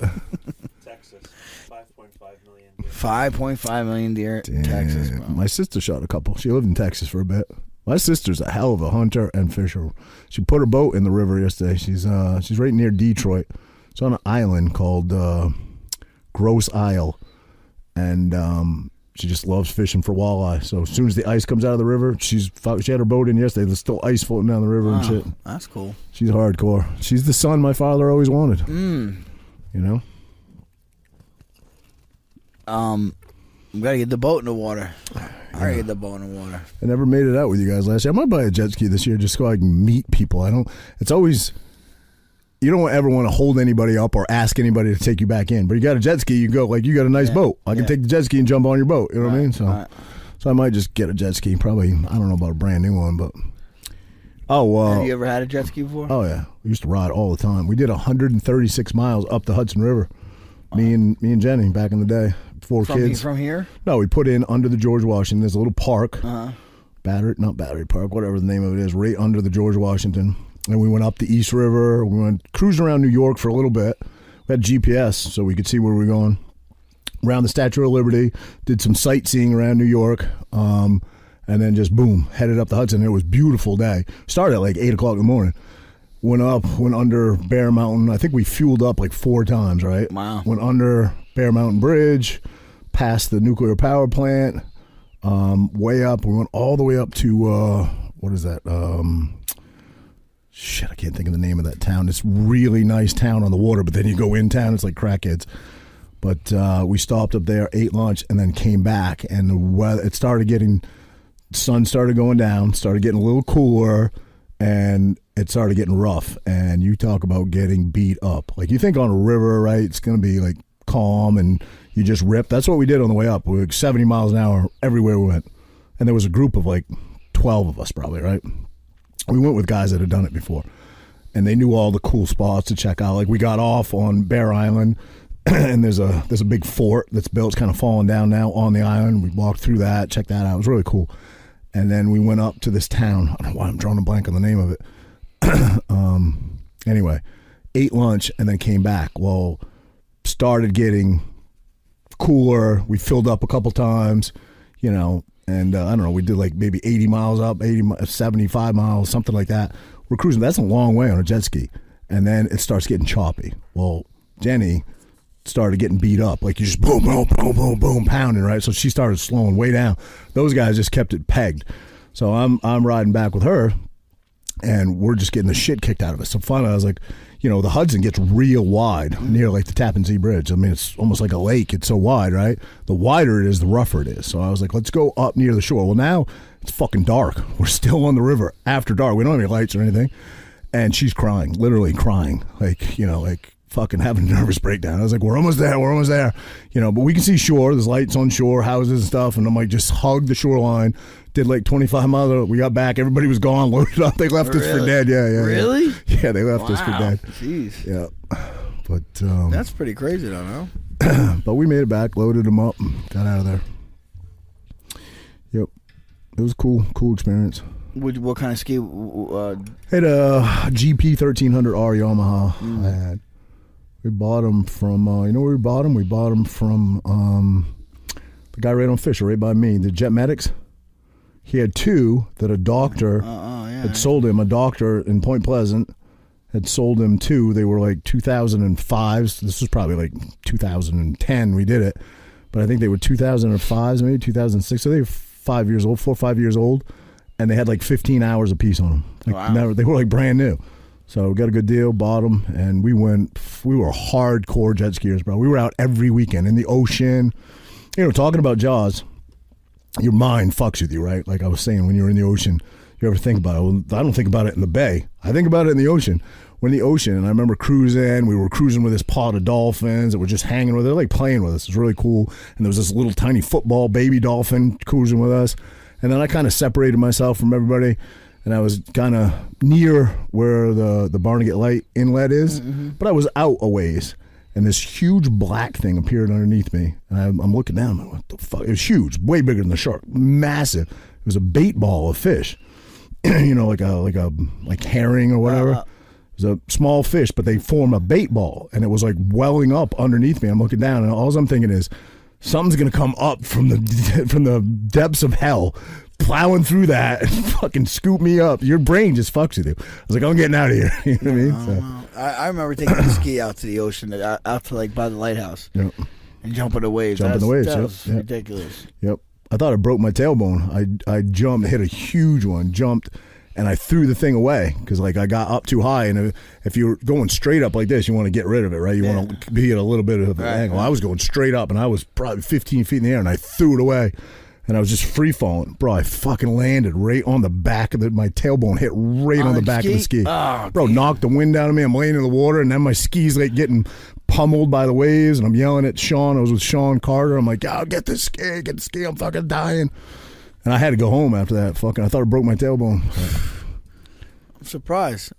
Speaker 4: Texas, 5.5 million. deer.
Speaker 1: Five point five million deer, in Texas,
Speaker 3: Yeah,
Speaker 1: bro.
Speaker 3: My sister shot a couple. She lived in Texas for a bit. My sister's a hell of a hunter and fisher. She put her boat in the river yesterday. She's uh she's right near Detroit. It's on an island called uh, Gross Isle, and um, she just loves fishing for walleye. So as soon as the ice comes out of the river, she's fo- she had her boat in yesterday. There's still ice floating down the river and shit.
Speaker 1: That's cool.
Speaker 3: She's hardcore. She's the son my father always wanted.
Speaker 1: Mm.
Speaker 3: You know.
Speaker 1: Um, We gotta get the boat in the water. I gotta get the boat in the water.
Speaker 3: I never made it out with you guys last year. I might buy a jet ski this year just so I can meet people. I don't. It's always you don't ever want to hold anybody up or ask anybody to take you back in. But you got a jet ski, you go like you got a nice boat. I can
Speaker 1: yeah.
Speaker 3: take the jet ski and jump on your boat. You know what I mean? So,
Speaker 1: right.
Speaker 3: so I might just get a jet ski. Probably I don't know about a brand new one, but oh, uh,
Speaker 1: Have you ever had a jet ski before?
Speaker 3: oh yeah, we used to ride all the time. We did 136 miles up the Hudson River. Me and me and Jenny back in the day, four
Speaker 1: from,
Speaker 3: kids.
Speaker 1: from here?
Speaker 3: No, we put in under the George Washington. There's a little park,
Speaker 1: Uh-huh.
Speaker 3: Battery, not Battery Park, whatever the name of it is, right under the George Washington. And we went up the East River. We went cruising around New York for a little bit. We had GPS, so we could see where we were going. Around the Statue of Liberty, did some sightseeing around New York, um, and then just boom, headed up the Hudson. It was a beautiful day. Started at like eight o'clock in the morning. Went up, went under Bear Mountain. I think we fueled up like four times, right?
Speaker 1: Wow.
Speaker 3: Went under Bear Mountain Bridge, past the nuclear power plant, um, way up. We went all the way up to uh, what is that? Um, shit, I can't think of the name of that town. It's really nice town on the water, but then you go in town, it's like crackheads. But uh, we stopped up there, ate lunch, and then came back, and the weather it started getting sun started going down, started getting a little cooler, and it started getting rough, and you talk about getting beat up. Like you think on a river, right? It's going to be like calm, and you just rip. That's what we did on the way up. We were like 70 miles an hour everywhere we went, and there was a group of like 12 of us, probably right. We went with guys that had done it before, and they knew all the cool spots to check out. Like we got off on Bear Island, and there's a there's a big fort that's built. It's kind of falling down now on the island. We walked through that, checked that out. It was really cool. And then we went up to this town. I don't know why I'm drawing a blank on the name of it. um, anyway, ate lunch and then came back. Well, started getting cooler. We filled up a couple times, you know, and uh, I don't know. We did like maybe 80 miles up, 80, mi- 75 miles, something like that. We're cruising. That's a long way on a jet ski. And then it starts getting choppy. Well, Jenny started getting beat up. Like you just boom, boom, boom, boom, boom, pounding, right? So she started slowing way down. Those guys just kept it pegged. So I'm I'm riding back with her and we're just getting the shit kicked out of us. So finally, I was like, you know, the Hudson gets real wide near like the Tappan Zee Bridge. I mean, it's almost like a lake. It's so wide, right? The wider it is, the rougher it is. So I was like, let's go up near the shore. Well, now it's fucking dark. We're still on the river after dark. We don't have any lights or anything. And she's crying, literally crying, like you know, like fucking having a nervous breakdown. I was like, we're almost there. We're almost there. You know, but we can see shore. There's lights on shore, houses and stuff. And I'm like, just hug the shoreline. Did like 25 miles. We got back. Everybody was gone, loaded up. They left us for
Speaker 1: Really?
Speaker 3: dead. Yeah, yeah. yeah.
Speaker 1: Really?
Speaker 3: Yeah, they left us for
Speaker 1: Wow.
Speaker 3: dead.
Speaker 1: Jeez.
Speaker 3: Yeah. But um,
Speaker 1: That's pretty crazy, though, no?
Speaker 3: but we made it back, loaded them up, and got out of there. Yep. It was cool, cool experience.
Speaker 1: What, what kind of ski? Uh,
Speaker 3: Had a GP 1300R Yamaha.
Speaker 1: Mm.
Speaker 3: I had. We bought them from, uh, you know where we bought them? We bought them from um, the guy right on Fisher, right by me, the Jet Medics. He had two that a doctor
Speaker 1: oh, yeah.
Speaker 3: had sold him. A doctor in Point Pleasant had sold him two. They were like 2005s. This was probably like 2010. We did it, but I think they were 2005s, maybe 2006. So they were five years old, four or five years old, and they had like 15 hours a piece on them. Like
Speaker 1: Wow.
Speaker 3: never, they were like brand new. So we got a good deal, bought them, and we went. We were hardcore jet skiers, bro. We were out every weekend in the ocean. You know, talking about Jaws, your mind fucks with you, right? Like I was saying, when you're in the ocean, you ever think about it? Well, I don't think about it in the bay. I think about it in the ocean. We're in the ocean, and I remember cruising. We were cruising with this pod of dolphins that were just hanging with. They're like playing with us. It's really cool. And there was this little tiny football baby dolphin cruising with us. And then I kind of separated myself from everybody, and I was kind of near where the the Barnegat Light Inlet is, but I was out a ways and this huge black thing appeared underneath me. And I'm, I'm looking down. I'm like, what the fuck? It was huge, way bigger than the shark, massive. It was a bait ball of fish, you know, like a like a like herring or whatever. It was a small fish, but they form a bait ball, and it was like welling up underneath me. I'm looking down, and all I'm thinking is, something's gonna come up from the from the depths of hell. Plowing through that and fucking scoop me up. Your brain just fucks with you. I was like, I'm getting out of here. You know what I mean? So,
Speaker 1: I, I remember taking a ski out to the ocean, out, out to like by the lighthouse,
Speaker 3: you know.
Speaker 1: and jumping the waves.
Speaker 3: Jumping the
Speaker 1: That's-
Speaker 3: waves,
Speaker 1: that
Speaker 3: yep,
Speaker 1: was
Speaker 3: yep.
Speaker 1: ridiculous.
Speaker 3: Yep. I thought I broke my tailbone. I I jumped, hit a huge one, jumped, and I threw the thing away because like I got up too high. And if, if you're going straight up like this, you want to get rid of it, right? You want to be at a little bit of an
Speaker 1: Right,
Speaker 3: angle. I was going straight up, and I was probably 15 feet in the air, and I threw it away. And I was just free falling, bro. I fucking landed right on the back of the my tailbone, hit right on,
Speaker 1: On
Speaker 3: the
Speaker 1: the
Speaker 3: back of the
Speaker 1: ski?
Speaker 3: ski,
Speaker 1: Oh,
Speaker 3: bro. Knocked the wind out of me. I'm laying in the water, and then my skis like getting pummeled by the waves, and I'm yelling at Sean. I was with Sean Carter. I'm like, "Oh, get the ski, get the ski. I'm fucking dying." And I had to go home after that. Fucking, I thought I broke my tailbone.
Speaker 1: I'm surprised.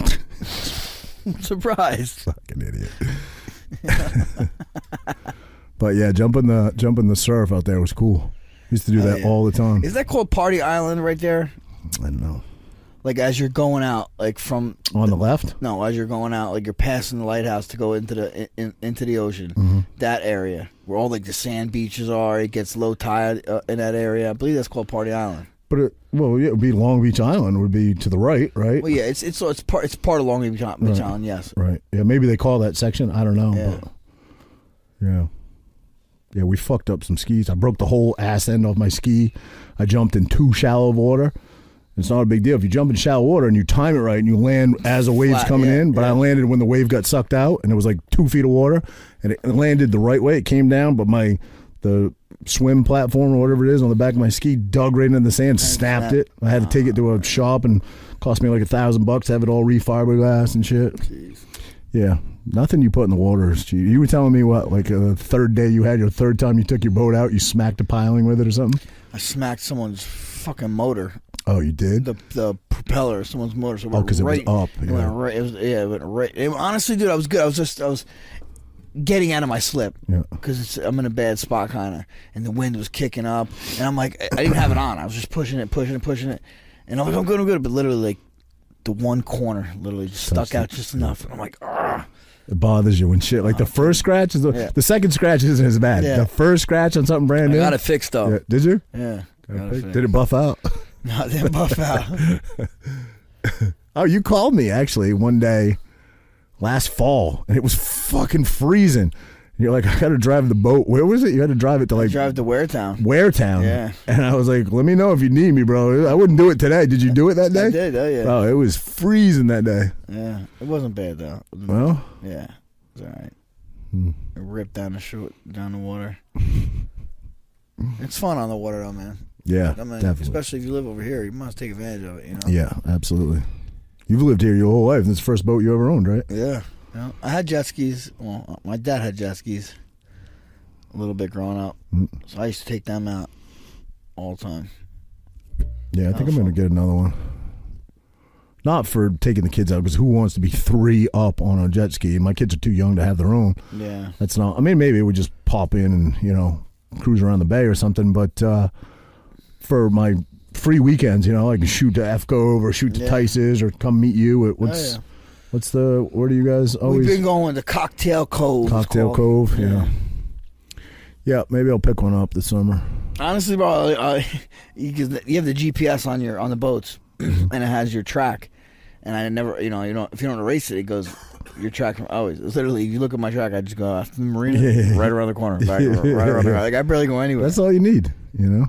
Speaker 1: I'm surprised.
Speaker 3: fucking idiot. but yeah, jumping the jumping the surf out there was cool. Used to do that
Speaker 1: Oh, yeah.
Speaker 3: all the time.
Speaker 1: Is that called Party Island right there?
Speaker 3: I don't know.
Speaker 1: Like as you're going out, like from
Speaker 3: On the left,
Speaker 1: no, as you're going out, like you're passing the lighthouse to go into the in, into the ocean.
Speaker 3: Mm-hmm.
Speaker 1: That area where all like the sand beaches are, it gets low tide uh, in that area. I believe that's called Party Island.
Speaker 3: but it, well, yeah, it would be Long Beach Island. Would be to the right, right?
Speaker 1: Well, yeah, it's it's so it's part it's part of Long Beach Island. Beach Island, Yes.
Speaker 3: Right. Yeah, maybe they call that section. I don't know.
Speaker 1: Yeah.
Speaker 3: But yeah. Yeah, we fucked up some skis. I broke the whole ass end off my ski. I jumped in too shallow of water. It's not a big deal. If you jump in shallow water and you time it right and you land as a wave's
Speaker 1: Flat,
Speaker 3: coming
Speaker 1: yeah,
Speaker 3: in, but I
Speaker 1: yeah.
Speaker 3: landed when the wave got sucked out and it was like two feet of water and it landed the right way. It came down, but my the swim platform or whatever it is on the back of my ski dug right into the sand, snapped
Speaker 1: snap.
Speaker 3: it. I had to take it to a shop and Cost me like a thousand bucks to have it all refiberglass and shit. Yeah, nothing you put in the water is cheap. You were telling me what, like uh, the third day you had your third time you took your boat out, you smacked a piling with it or something.
Speaker 1: I smacked someone's fucking motor,
Speaker 3: Oh, you did.
Speaker 1: the the propeller, of someone's motor. So it
Speaker 3: Oh,
Speaker 1: went
Speaker 3: 'cause it was
Speaker 1: right-
Speaker 3: up,
Speaker 1: It
Speaker 3: yeah.
Speaker 1: went right. It was, yeah, it went right. it- honestly, dude, I was good. I was just I was getting out of my slip
Speaker 3: Yeah.
Speaker 1: because I'm in a bad spot, kind of, and the wind was kicking up, and I'm like, I- I didn't have it on. I was just pushing it, pushing it, pushing it, and I'm like, I'm good, I'm good, but literally like. The one corner literally just stuck
Speaker 3: Touched
Speaker 1: out
Speaker 3: it.
Speaker 1: just enough, and I'm like, ah.
Speaker 3: It bothers you and shit. Like the first scratch is the,
Speaker 1: Oh, Yeah.
Speaker 3: the second scratch isn't as bad.
Speaker 1: Yeah.
Speaker 3: The first scratch on something brand
Speaker 5: I
Speaker 3: new.
Speaker 5: got it fixed though.
Speaker 3: Yeah, Did you?
Speaker 1: Yeah. Gotta fix-
Speaker 3: Did it buff out?
Speaker 1: No, they buff out.
Speaker 3: Oh, you called me actually one day last fall, and it was fucking freezing. And you're like, I got to drive the boat. Where was it? You had to drive it to like
Speaker 1: Drive to Ware Town.
Speaker 3: Ware Town.
Speaker 1: Yeah.
Speaker 3: And I was like, let me know if you need me, bro. I wouldn't do it today. Did you do it that day?
Speaker 1: I did, oh, yeah.
Speaker 3: Oh, it was freezing that day.
Speaker 1: Yeah. It wasn't bad though. It was-
Speaker 3: Well,
Speaker 1: Yeah. It's alright.
Speaker 3: Hmm.
Speaker 1: It ripped down the short down the water. it's fun on the water though, man.
Speaker 3: yeah,
Speaker 1: I mean,
Speaker 3: definitely.
Speaker 1: especially if you live over here, you must take advantage of it, you know.
Speaker 3: yeah, absolutely. You've lived here your whole life. This is the first boat you ever owned, right?
Speaker 1: Yeah. Yeah. I had jet skis. Well, uh, my dad had jet skis a little bit growing up.
Speaker 3: Hmm.
Speaker 1: So I used to take them out all the time.
Speaker 3: Yeah, I think I'm
Speaker 1: fuck.
Speaker 3: gonna get another one. Not for taking the kids out, because who wants to be three up on a jet ski? My kids are too young to have their own.
Speaker 1: Yeah.
Speaker 3: That's not. I mean, maybe we just pop in and you know cruise around the bay or something. But uh, for my free weekends, you know, I can shoot to Efco or shoot to
Speaker 1: Yeah. Oh,
Speaker 3: Tice's or come meet you. At what's
Speaker 1: yeah.
Speaker 3: what's the where do you guys always
Speaker 1: We've been going to Cocktail Cove. it's
Speaker 3: Cocktail
Speaker 1: called.
Speaker 3: Cove? Yeah. yeah, Maybe I'll pick one up this summer.
Speaker 1: Honestly, bro, I, I, you, can- you have the GPS on your on the boats, and it has your track. And I never, you know, you don't if you don't erase it, it goes your track from always. It's literally, if you look at my track, I just go after the marina,
Speaker 3: Yeah.
Speaker 1: right around the corner, back, right around the corner. Like I barely go anywhere.
Speaker 3: That's all you need, you know.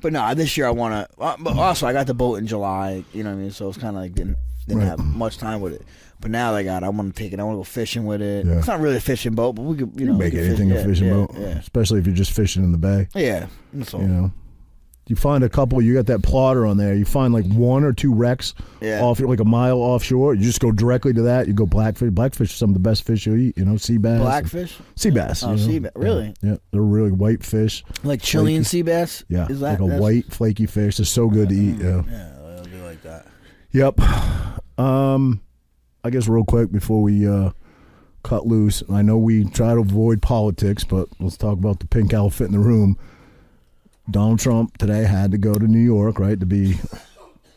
Speaker 1: but no, this year I want to. Uh, but also, I got the boat in July. You know what I mean? So it's kind of like didn't didn't
Speaker 3: Right.
Speaker 1: have much time with it. But now I got. I want to take it. I want to go fishing with it.
Speaker 3: Yeah.
Speaker 1: It's not really a fishing boat, but we could, you know,
Speaker 3: You
Speaker 1: we
Speaker 3: make
Speaker 1: could fish-
Speaker 3: anything
Speaker 1: yeah,
Speaker 3: a fishing
Speaker 1: yeah,
Speaker 3: boat,
Speaker 1: Yeah, Oh.
Speaker 3: especially if you're just fishing in the bay.
Speaker 1: yeah. That's all.
Speaker 3: You know, you find a couple. You got that plotter on there. You find like one or two wrecks
Speaker 1: Yeah.
Speaker 3: off like a mile offshore. You just go directly to that. You go blackfish. Blackfish are some of the best fish you eat. You know, sea bass.
Speaker 1: Blackfish,
Speaker 3: Sea bass.
Speaker 1: Oh,
Speaker 3: you know?
Speaker 1: sea ba- really?
Speaker 3: Yeah, they're really white fish.
Speaker 1: like Chilean sea bass.
Speaker 3: Yeah,
Speaker 1: is that
Speaker 3: like a
Speaker 1: that's- Mm.
Speaker 3: white flaky fish. They're so good to eat. Yeah.
Speaker 1: Yeah, it'll be like that.
Speaker 3: Yep. Um, I guess real quick before we uh, cut loose, I know we try to avoid politics, but let's talk about the pink elephant in the room. Donald Trump today had to go to New York, right, to be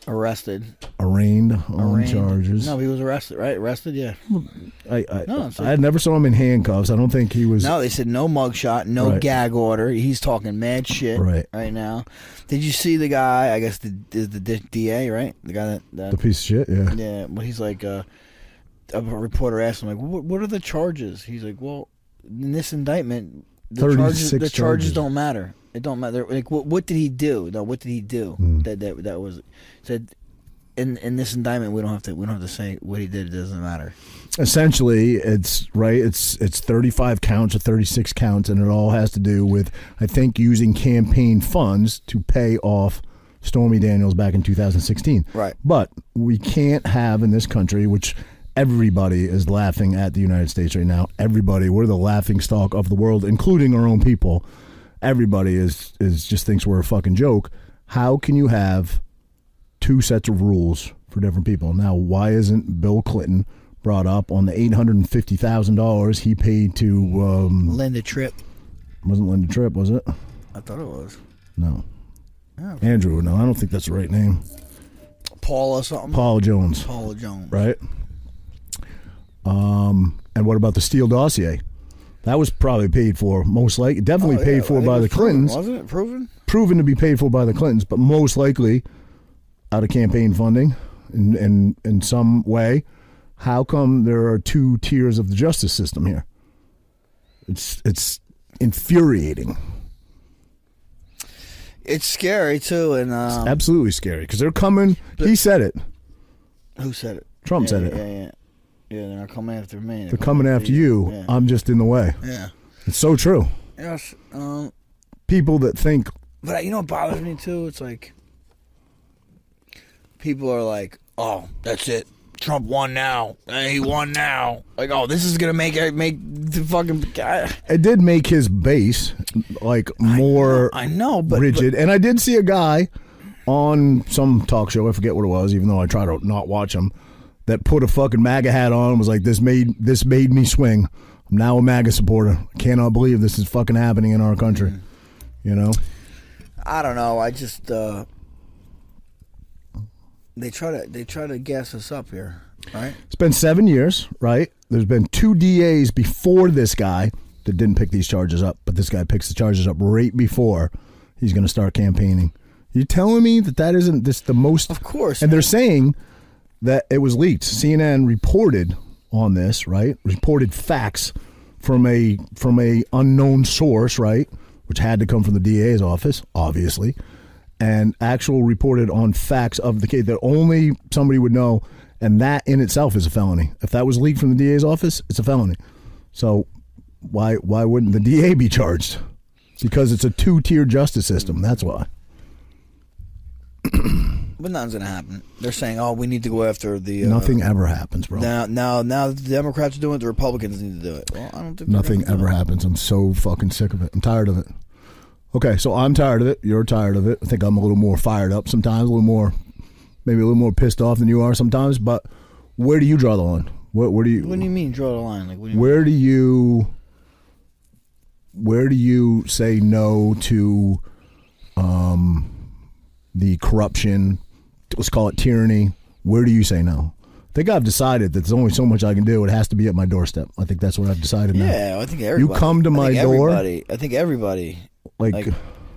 Speaker 1: Arrested.
Speaker 3: arraigned on
Speaker 1: Arraigned.
Speaker 3: charges.
Speaker 1: No, he was arrested, right? Arrested, yeah.
Speaker 3: I I,
Speaker 1: No, it's
Speaker 3: I never saw him in handcuffs. I don't think he was.
Speaker 1: No, they said no mugshot, no
Speaker 3: Right.
Speaker 1: gag order. He's talking mad shit
Speaker 3: Right.
Speaker 1: now. Did you see the guy? I guess the is the D- DA, right? The guy that, that
Speaker 3: the piece of shit. Yeah.
Speaker 1: yeah. Well, he's like uh, a reporter asked him like, "What, what are the charges?" He's like, "Well, in this indictment, the charges
Speaker 3: 36
Speaker 1: the charges,
Speaker 3: charges.
Speaker 1: don't matter. It don't matter. Like, what, what did he do? No, what did he do?
Speaker 3: Hmm.
Speaker 1: That that that was said." In, in this indictment, we don't have to we don't have to say what he did. It doesn't matter.
Speaker 3: Essentially, it's right. It's it's thirty five counts or thirty six counts, and it all has to do with I think using campaign funds to pay off Stormy Daniels back in two thousand sixteen.
Speaker 1: Right.
Speaker 3: But we can't have in this country, which everybody is laughing at the United States right now. Everybody, we're the laughing stock of the world, including our own people. Everybody is is just thinks we're a fucking joke. How can you have two sets of rules for different people? Now, why isn't Bill Clinton brought up on the eight hundred and fifty thousand dollars he paid to um,
Speaker 1: Linda Tripp.
Speaker 3: wasn't Linda Tripp, was it?
Speaker 1: I thought it was
Speaker 3: No.
Speaker 1: Oh.
Speaker 3: Andrew, no, I don't think that's the right name.
Speaker 1: Paula something.
Speaker 3: Paul Jones.
Speaker 1: Paula Jones.
Speaker 3: right? Um, and what about the Steele dossier? That was probably paid for, most likely, definitely
Speaker 1: Oh, yeah,
Speaker 3: paid
Speaker 1: I
Speaker 3: for
Speaker 1: think
Speaker 3: by
Speaker 1: it
Speaker 3: the
Speaker 1: was proven,
Speaker 3: Clintons,
Speaker 1: wasn't it proven?
Speaker 3: proven to be paid for by the Clintons, but most likely out of campaign funding in, in, in some way. How come there are two tiers of the justice system here? It's it's infuriating,
Speaker 1: It's scary too. And um,
Speaker 3: absolutely scary because they're coming. he said it.
Speaker 1: who said it?
Speaker 3: Trump
Speaker 1: yeah,
Speaker 3: said
Speaker 1: yeah,
Speaker 3: it.
Speaker 1: Yeah, yeah, yeah. They're not coming after me.
Speaker 3: They're coming after you. Uh,
Speaker 1: Yeah.
Speaker 3: I'm just in the way.
Speaker 1: yeah.
Speaker 3: It's so true.
Speaker 1: Yes. Um,
Speaker 3: People that think
Speaker 1: but I- you know what bothers me too? It's like people are like, oh, that's it. Trump won now. Hey, He won now. Like, oh, this is gonna make it make the fucking. guy.
Speaker 3: It did make his base like more
Speaker 1: I know, but-
Speaker 3: rigid. and I did see a guy on some talk show, I forget what it was, even though I try to not watch him, that put a fucking MAGA hat on and was like, This made this made me swing. I'm now a MAGA supporter. I cannot believe this is fucking happening in our country.
Speaker 1: Mm-hmm.
Speaker 3: You know?
Speaker 1: I don't know. I just uh they try to they try to gas us up here, right?
Speaker 3: It's been seven years, right? There's been two DAs before this guy that didn't pick these charges up, but this guy picks the charges up right before he's going to start campaigning. You telling me that that isn't this the most?
Speaker 1: Of course.
Speaker 3: And they're saying that it was leaked. CNN reported on this, right? Reported facts from a from a unknown source, right? Which had to come from the DA's office, obviously and actual reported on facts of the case that only somebody would know, and that in itself is a felony. If that was leaked from the DA's office, it's a felony. So why why wouldn't the DA be charged? Because it's a two tier justice system. That's why.
Speaker 1: But nothing's gonna happen. They're saying, oh, we need to go after the uh,
Speaker 3: Nothing ever happens, bro.
Speaker 1: Now, now, now that the Democrats are doing it. The Republicans need to do it. Well, I don't think they're
Speaker 3: Nothing
Speaker 1: gonna do
Speaker 3: ever
Speaker 1: it.
Speaker 3: happens. I'm so fucking sick of it. I'm tired of it. Okay, so I'm tired of it. You're tired of it. I think I'm a little more fired up sometimes, a little more, maybe a little more pissed off than you are sometimes. But where do you draw the line? Where, where do you?
Speaker 1: What do you mean? Draw the line? Like, what do you
Speaker 3: where do you where do you say no to um the corruption let's call it tyranny where do you say no i think i've decided that there's only so much i can do it has to be at my doorstep i think that's what i've decided
Speaker 1: mean?
Speaker 3: now
Speaker 1: Yeah, I think everybody.
Speaker 3: come to
Speaker 1: I
Speaker 3: my
Speaker 1: think
Speaker 3: door-
Speaker 1: Everybody, I think everybody.
Speaker 3: like,
Speaker 1: Like,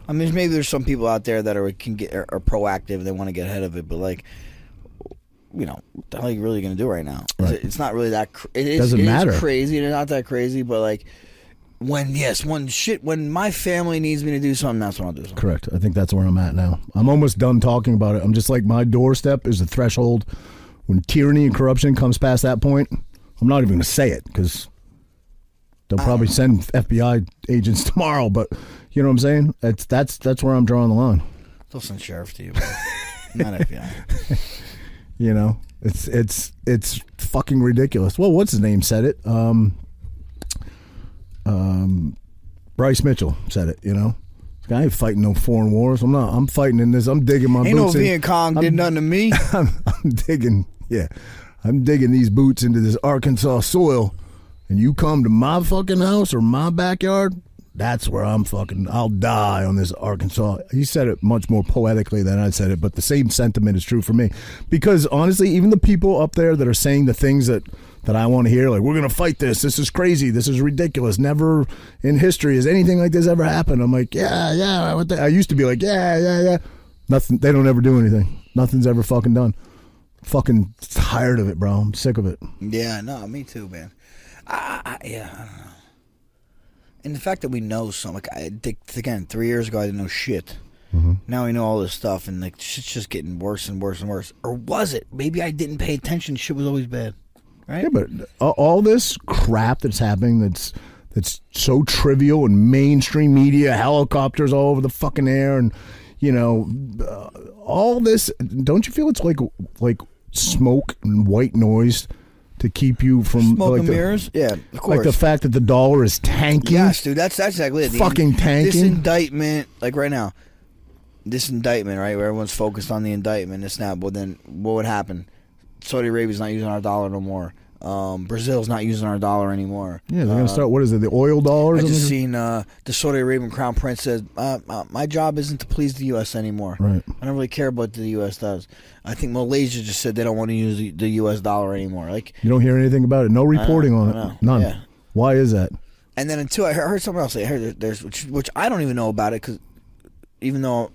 Speaker 1: I mean, maybe there's some people out there that are can get are, are proactive. They want to get ahead of it, but like, you know, what the hell are you really gonna do right now? Is
Speaker 3: Right.
Speaker 1: it- it's not really that. Cr- it is,
Speaker 3: Doesn't
Speaker 1: it is
Speaker 3: matter.
Speaker 1: crazy. and It's not that crazy, but like, when yes, when shit, when my family needs me to do something, that's when I'll do something.
Speaker 3: correct i think that's where i'm at now i'm almost done talking about it i'm just like my doorstep is the threshold when tyranny and corruption comes past that point i'm not even going to say it because They'll
Speaker 1: Ah.
Speaker 3: probably send FBI agents tomorrow, but you know what I'm saying? That's that's that's where I'm drawing the line.
Speaker 1: They'll send sheriff to you, but not FBI.
Speaker 3: You know, it's it's it's fucking ridiculous. Well, what's his name said it? Um, um, Bryce Mitchell said it. You know, I ain't fighting no foreign wars. I'm not. I'm fighting in this. I'm digging my
Speaker 1: Ain't no
Speaker 3: boots. in-
Speaker 1: Viet Cong did nothing to me.
Speaker 3: I'm, I'm digging, yeah, I'm digging these boots into this Arkansas soil, and you come to my fucking house or my backyard, that's where I'm fucking, I'll die on this Arkansas. He said it much more poetically than I said it, but the same sentiment is true for me. Because honestly, even the people up there that are saying the things that, that I want to hear, like, we're going to fight this, this is crazy, this is ridiculous, never in history has anything like this ever happened. I'm like, yeah, yeah, what the-" I used to be like, yeah, yeah, yeah. Nothing. They don't ever do anything. Nothing's ever fucking done. Fucking tired of it, bro. I'm sick of it.
Speaker 1: Yeah, no, me too, man. I, I, I- yeah, I don't know. And the fact that we know something, like I think again, three years ago I didn't know shit. Now I know all this stuff, and like shit's just getting worse and worse and worse. Or was it? Maybe I didn't pay attention. Shit was always bad, right?
Speaker 3: Yeah, but a- all this crap that's happening that's that's so trivial and mainstream media, helicopters all over the fucking air, and you know, uh, all this. Don't you feel it's like like smoke and white noise to keep you from
Speaker 1: Smoke
Speaker 3: like
Speaker 1: and
Speaker 3: the,
Speaker 1: mirrors. Yeah, of course.
Speaker 3: like the fact that the dollar is tanking.
Speaker 1: Yes, dude, that's that's exactly it. The-
Speaker 3: Fucking tanking.
Speaker 1: This indictment, like right now, this indictment, right, where everyone's focused on the indictment, this snap. Well, then what would happen? Saudi Arabia's not using our dollar no more. Um, Brazil's not using our dollar anymore.
Speaker 3: Yeah, they're gonna start. What is it? The oil dollar? or
Speaker 1: Uh, I
Speaker 3: something?
Speaker 1: just seen uh, the Saudi Arabian crown prince said, uh, uh, "My job isn't to please the U.S. anymore.
Speaker 3: Right.
Speaker 1: I don't really care about what the U.S. does. I think Malaysia just said they don't want to use the, the U.S. dollar anymore. Like,
Speaker 3: You don't hear anything about it. No reporting on
Speaker 1: I
Speaker 3: it.
Speaker 1: know.
Speaker 3: None.
Speaker 1: Uh, Yeah.
Speaker 3: Why is that?
Speaker 1: And then two, I heard, I heard someone else say, I heard there- there's which, which I don't even know about it because even though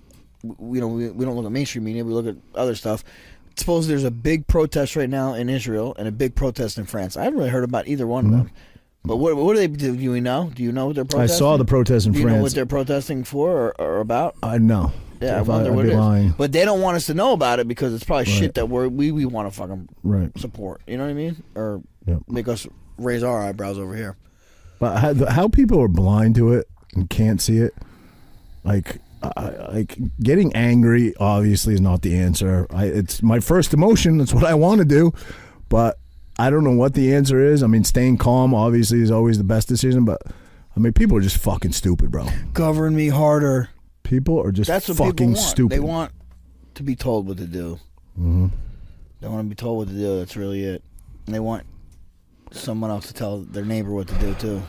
Speaker 1: w- you know we, we don't look at mainstream media, we look at other stuff. Suppose there's a big protest right now in Israel and a big protest in France. I haven't really heard about either one of them. But what, what do they do? You know? Do you know what they're
Speaker 3: Mm-hmm. I
Speaker 1: protesting?
Speaker 3: saw the protest in
Speaker 1: Do you know what
Speaker 3: France.
Speaker 1: they're protesting for or, or about?
Speaker 3: I know.
Speaker 1: Yeah, I
Speaker 3: If I,
Speaker 1: wonder
Speaker 3: would
Speaker 1: what
Speaker 3: be
Speaker 1: it is.
Speaker 3: lying.
Speaker 1: But they don't want us to know about it because it's probably shit that we're, we we want to fucking
Speaker 3: Right.
Speaker 1: support. You know what I mean? Or
Speaker 3: Yep.
Speaker 1: make us raise our eyebrows over here.
Speaker 3: But how, how people are blind to it and can't see it, like I, like getting angry obviously is not the answer. I, it's my first emotion. That's what I want to do, but I don't know what the answer is. I mean, staying calm obviously is always the best decision, but I mean, people are just fucking stupid, bro.
Speaker 1: Govern me harder.
Speaker 3: People are just
Speaker 1: That's what people
Speaker 3: fucking
Speaker 1: want.
Speaker 3: stupid. Mm-hmm.
Speaker 1: They want to be told what to do. They want to be told what to do. That's really it. And they want someone else to tell their neighbor what to do too.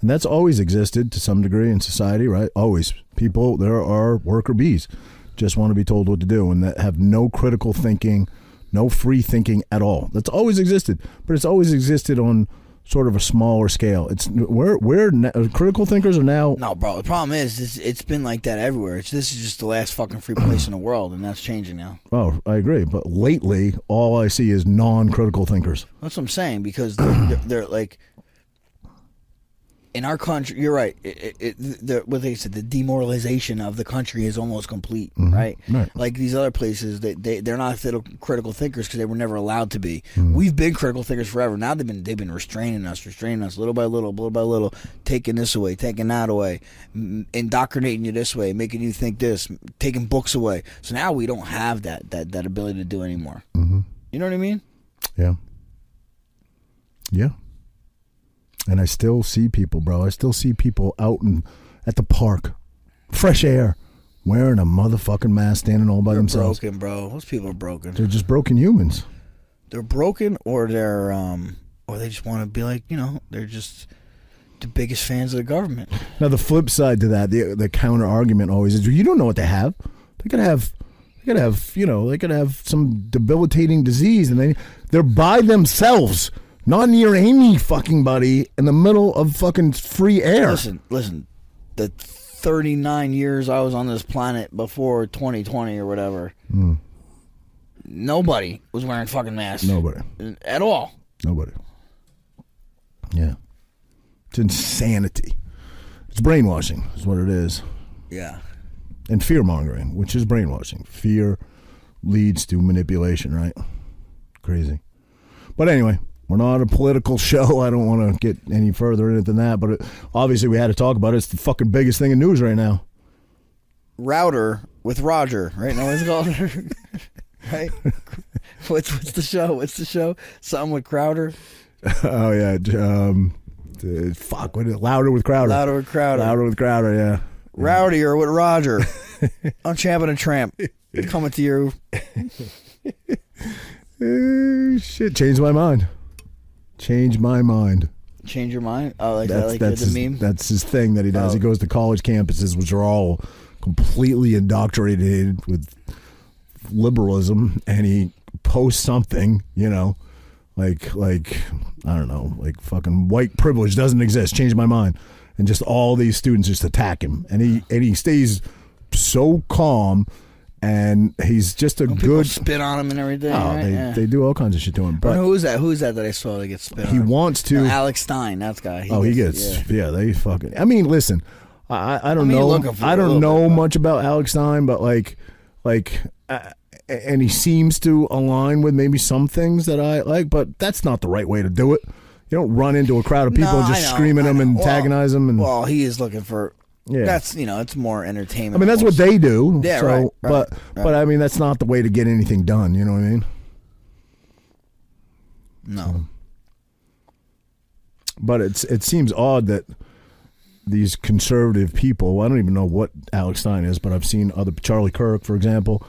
Speaker 3: And that's always existed to some degree in society, right? Always. People, there are worker bees, just want to be told what to do and that have no critical thinking, no free thinking at all. That's always existed, but it's always existed on sort of a smaller scale. It's we're we're na- critical thinkers are now
Speaker 1: No, bro. The problem is, it's, it's been like that everywhere. It's, this is just the last fucking free place in the world, and that's changing now.
Speaker 3: Oh, I agree, but lately all I see is non-critical thinkers.
Speaker 1: That's what I'm saying because they're, they're, they're like in our country. You're right. It, it, it, the, what they said, the demoralization of the country is almost complete, right?
Speaker 3: right.
Speaker 1: Like these other places, they, they they're not little critical thinkers because they were never allowed to be. We've been critical thinkers forever. Now they've been they've been restraining us, restraining us little by little, little by little, taking this away, taking that away, m- indoctrinating you this way, making you think this, taking books away. So now we don't have that that that ability to do anymore. Mm-hmm. You know what I mean?
Speaker 3: Yeah. Yeah. And I still see people, bro. I still see people out in at the park, fresh air, wearing a motherfucking mask, standing all by
Speaker 1: They're
Speaker 3: themselves.
Speaker 1: broken, bro. Those people are broken.
Speaker 3: They're just broken humans.
Speaker 1: They're broken, or they're um, or they just want to be like you know, they're just the biggest fans of the government.
Speaker 3: Now the flip side to that, the the counter argument always is you don't know what they have. They could have they could have, you know, they could have some debilitating disease and they they're by themselves, not near any fucking buddy in the middle of fucking free air.
Speaker 1: Listen, listen. The 39 years I was on this planet before 2020 or whatever,
Speaker 3: Hmm.
Speaker 1: nobody was wearing fucking masks.
Speaker 3: Nobody.
Speaker 1: at all.
Speaker 3: Nobody. Yeah. It's insanity. It's brainwashing, is what it is.
Speaker 1: Yeah,
Speaker 3: And fear mongering, which is brainwashing. Fear leads to manipulation, right? Crazy. But anyway, we're not a political show. I don't want to get any further in it than that. But it, obviously, we had to talk about it. It's the fucking biggest thing in news right now.
Speaker 1: router with Roger, right? No one's called. Right? What's what's the show? What's the show? Something with Crowder?
Speaker 3: oh, yeah. Um, uh, fuck. What is it? Louder with Crowder.
Speaker 1: Louder with Crowder.
Speaker 3: Louder with Crowder, yeah.
Speaker 1: rowdier with Roger. I'm champing a tramp. Coming to you.
Speaker 3: Eh, shit, change my mind. Change my mind.
Speaker 1: Change your mind. Oh, like
Speaker 3: That's
Speaker 1: that, like
Speaker 3: that's
Speaker 1: the
Speaker 3: his,
Speaker 1: meme.
Speaker 3: that's his thing that he does.
Speaker 1: Oh.
Speaker 3: He goes to college campuses, which are all completely indoctrinated with liberalism, and he posts something, you know, like like I don't know, like fucking white privilege doesn't exist. Change my mind, and just all these students just attack him, and he and he stays so calm, and he's just a
Speaker 1: People
Speaker 3: good.
Speaker 1: spit on him and everything.
Speaker 3: Oh,
Speaker 1: right?
Speaker 3: they,
Speaker 1: Yeah.
Speaker 3: they do all kinds of shit to him, but
Speaker 1: who is that? Who is that that I saw that gets spit
Speaker 3: he
Speaker 1: on?
Speaker 3: wants to.
Speaker 1: No, Alex Stein. That's the guy.
Speaker 3: oh, he gets.
Speaker 1: yeah.
Speaker 3: Yeah. they fucking. I mean, listen, I I I don't
Speaker 1: mean,
Speaker 3: know.
Speaker 1: looking for
Speaker 3: I
Speaker 1: a
Speaker 3: don't
Speaker 1: little
Speaker 3: know
Speaker 1: bit, but-
Speaker 3: much about Alex Stein, but like, like, uh, and he seems to align with maybe some things that I like, but that's not the right way to do it. You don't run into a crowd of people
Speaker 1: No,
Speaker 3: and
Speaker 1: I
Speaker 3: just
Speaker 1: know,
Speaker 3: scream at
Speaker 1: I
Speaker 3: them
Speaker 1: know.
Speaker 3: and
Speaker 1: Well-
Speaker 3: antagonize them. And
Speaker 1: Well, he is looking for.
Speaker 3: Yeah.
Speaker 1: That's you know, it's more entertainment.
Speaker 3: I mean, that's what they do.
Speaker 1: Yeah,
Speaker 3: so,
Speaker 1: right, right,
Speaker 3: But
Speaker 1: right.
Speaker 3: but I mean, that's not the way to get anything done. You know what I mean?
Speaker 1: No,
Speaker 3: But it's it seems odd that these conservative people. I don't even know what Alex Stein is, but I've seen other Charlie Kirk, for example.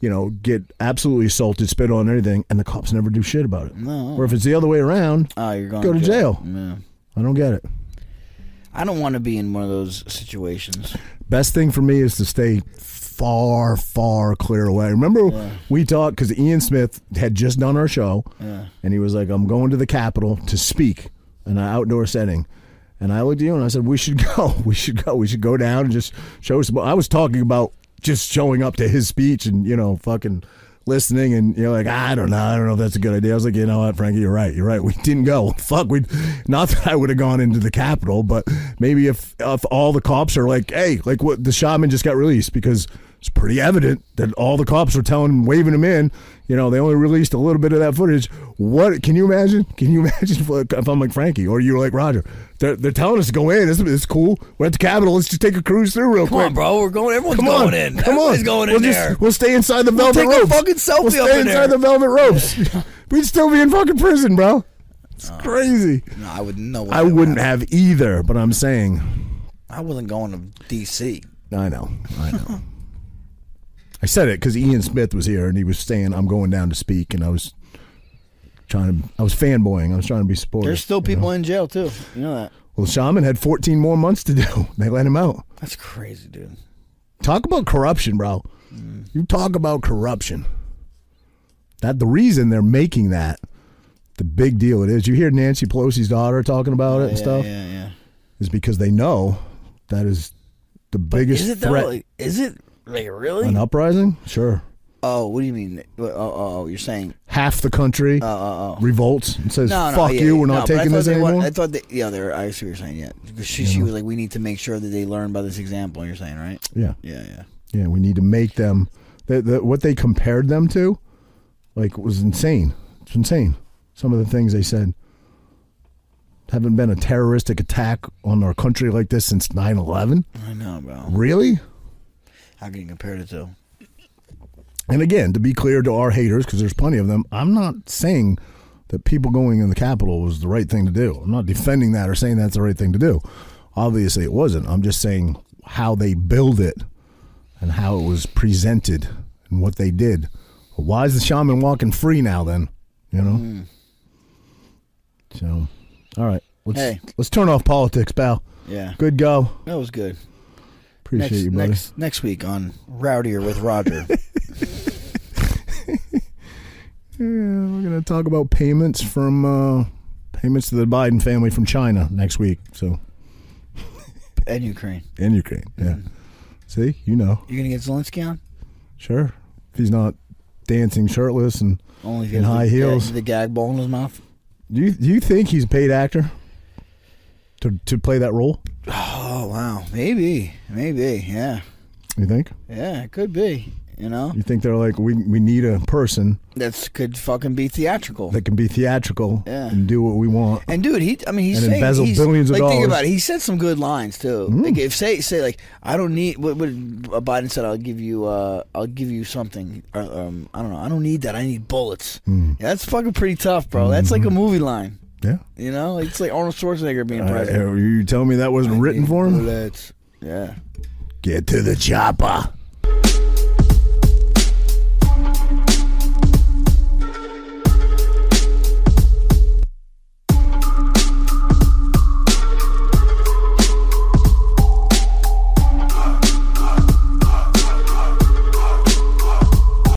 Speaker 3: You know, get absolutely assaulted, spit on, and everything, and the cops never do shit about it.
Speaker 1: No.
Speaker 3: Or if it's the other way around,
Speaker 1: oh, you're going
Speaker 3: Go to jail.
Speaker 1: Yeah.
Speaker 3: I don't get it.
Speaker 1: I don't want to be in one of those situations.
Speaker 3: Best thing for me is to stay far, far clear away. Remember, we talked because Ian Smith had just done our show, and he was like, "I'm going to the Capitol to speak in an outdoor setting." And I looked at you and I said, "We should go. We should go. We should go down and just show some." I was talking about just showing up to his speech and you know, fucking listening and you're like, I don't know, I don't know if that's a good idea. I was like, you know what, Frankie, you're right, you're right. We didn't go. Fuck, we not that I would have gone into the Capitol, but maybe if if all the cops are like, hey, like what the shaman just got released because it's pretty evident that all the cops were telling him, waving him in. You know, they only released a little bit of that footage. What can you imagine? Can you imagine if, like, if I'm like Frankie or you're like Roger? They're, they're telling us to go in. This is cool. We're at the Capitol. Let's just take a cruise through real
Speaker 1: Come
Speaker 3: quick.
Speaker 1: on, bro. We're going. Everyone's
Speaker 3: Come
Speaker 1: going
Speaker 3: on,
Speaker 1: in.
Speaker 3: Come
Speaker 1: Everybody's
Speaker 3: on.
Speaker 1: going in
Speaker 3: we'll
Speaker 1: there.
Speaker 3: Just, we'll stay inside the velvet
Speaker 1: take a
Speaker 3: ropes.
Speaker 1: fucking selfie
Speaker 3: We'll stay
Speaker 1: up in
Speaker 3: inside
Speaker 1: there.
Speaker 3: the velvet ropes. We'd still be in fucking prison, bro. It's
Speaker 1: Ah.
Speaker 3: crazy.
Speaker 1: no, I wouldn't know.
Speaker 3: I wouldn't have either, but I'm saying,
Speaker 1: I wasn't going to D.C.
Speaker 3: I know, I know. I said it because Ian Smith was here and he was saying, "I'm going down to speak," and I was trying to, I was fanboying. I was trying to be supportive.
Speaker 1: There's still
Speaker 3: you know?
Speaker 1: people in jail too. You know that.
Speaker 3: Well, Shaman had 14 more months to do. They let him out.
Speaker 1: That's crazy, dude.
Speaker 3: Talk about corruption, bro. You talk about corruption. That the reason they're making that the big deal it is. You hear Nancy Pelosi's daughter talking about it and
Speaker 1: yeah,
Speaker 3: stuff
Speaker 1: Yeah, yeah.
Speaker 3: is because they know that is the biggest
Speaker 1: Is it though?
Speaker 3: threat.
Speaker 1: Like, is it like really?
Speaker 3: An uprising? Sure.
Speaker 1: Oh, what do you mean? Oh, oh, oh you're saying?
Speaker 3: Half the country
Speaker 1: Oh, oh, oh.
Speaker 3: revolts and says,
Speaker 1: No, no,
Speaker 3: "Fuck
Speaker 1: yeah,
Speaker 3: you,
Speaker 1: yeah,
Speaker 3: we're
Speaker 1: no,
Speaker 3: not
Speaker 1: but I
Speaker 3: taking
Speaker 1: thought
Speaker 3: this
Speaker 1: they wa-
Speaker 3: anymore."
Speaker 1: I thought that. Yeah, they were, I see what you're saying. Yeah, 'Cause she, she was like, we need to make sure that they learn by this example. You're saying, right?
Speaker 3: yeah.
Speaker 1: Yeah, yeah.
Speaker 3: Yeah, we need to make them. The, the, what they compared them to, like, was insane. It's insane. Some of the things they said. Haven't been a terroristic attack on our country like this since 9 11?
Speaker 1: I know, bro.
Speaker 3: Really?
Speaker 1: How can you compare the two?
Speaker 3: And again, to be clear to our haters, because there's plenty of them, I'm not saying that people going in the Capitol was the right thing to do. I'm not defending that or saying that's the right thing to do. Obviously, it wasn't. I'm just saying how they build it and how it was presented and what they did. Why is the shaman walking free now? Then you know.
Speaker 1: Hmm.
Speaker 3: So, all right, let's
Speaker 1: Hey.
Speaker 3: let's turn off politics, pal.
Speaker 1: Yeah,
Speaker 3: Good go.
Speaker 1: that was good.
Speaker 3: Appreciate
Speaker 1: next,
Speaker 3: you, buddy.
Speaker 1: next next week on Rowdier with Roger.
Speaker 3: Yeah, we're gonna talk about payments from uh, payments to the Biden family from China next week. So
Speaker 1: and Ukraine.
Speaker 3: in Ukraine, yeah. See, you know,
Speaker 1: You're gonna get Zelensky on
Speaker 3: sure. If he's not dancing shirtless, and
Speaker 1: only if
Speaker 3: In
Speaker 1: has the-
Speaker 3: high
Speaker 1: the,
Speaker 3: heels.
Speaker 1: the, gag ball in his mouth.
Speaker 3: do you do you think he's a paid actor to to play that role?
Speaker 1: Oh wow, maybe, maybe, yeah,
Speaker 3: You think?
Speaker 1: yeah, it could be. You know,
Speaker 3: You think they're like we we need a person
Speaker 1: that's could fucking be theatrical.
Speaker 3: that can be theatrical
Speaker 1: Yeah.
Speaker 3: and do what we want?
Speaker 1: And dude, he I mean he's
Speaker 3: And
Speaker 1: saying
Speaker 3: embezzled
Speaker 1: he's,
Speaker 3: billions of
Speaker 1: like, Think
Speaker 3: dollars. Mm.
Speaker 1: about it. He said some good lines too. Like if say say like I don't need what, what Biden said. I'll give you uh I'll give you something. Or, um I don't know. I don't need that. I need bullets.
Speaker 3: Hmm.
Speaker 1: Yeah, that's fucking pretty tough, bro. That's like a movie line.
Speaker 3: Yeah.
Speaker 1: You know, Like, it's like Arnold Schwarzenegger being
Speaker 3: Mm-hmm. Uh,
Speaker 1: president.
Speaker 3: you tell me that wasn't written for him?
Speaker 1: Bullets. Yeah.
Speaker 3: Get to the chopper.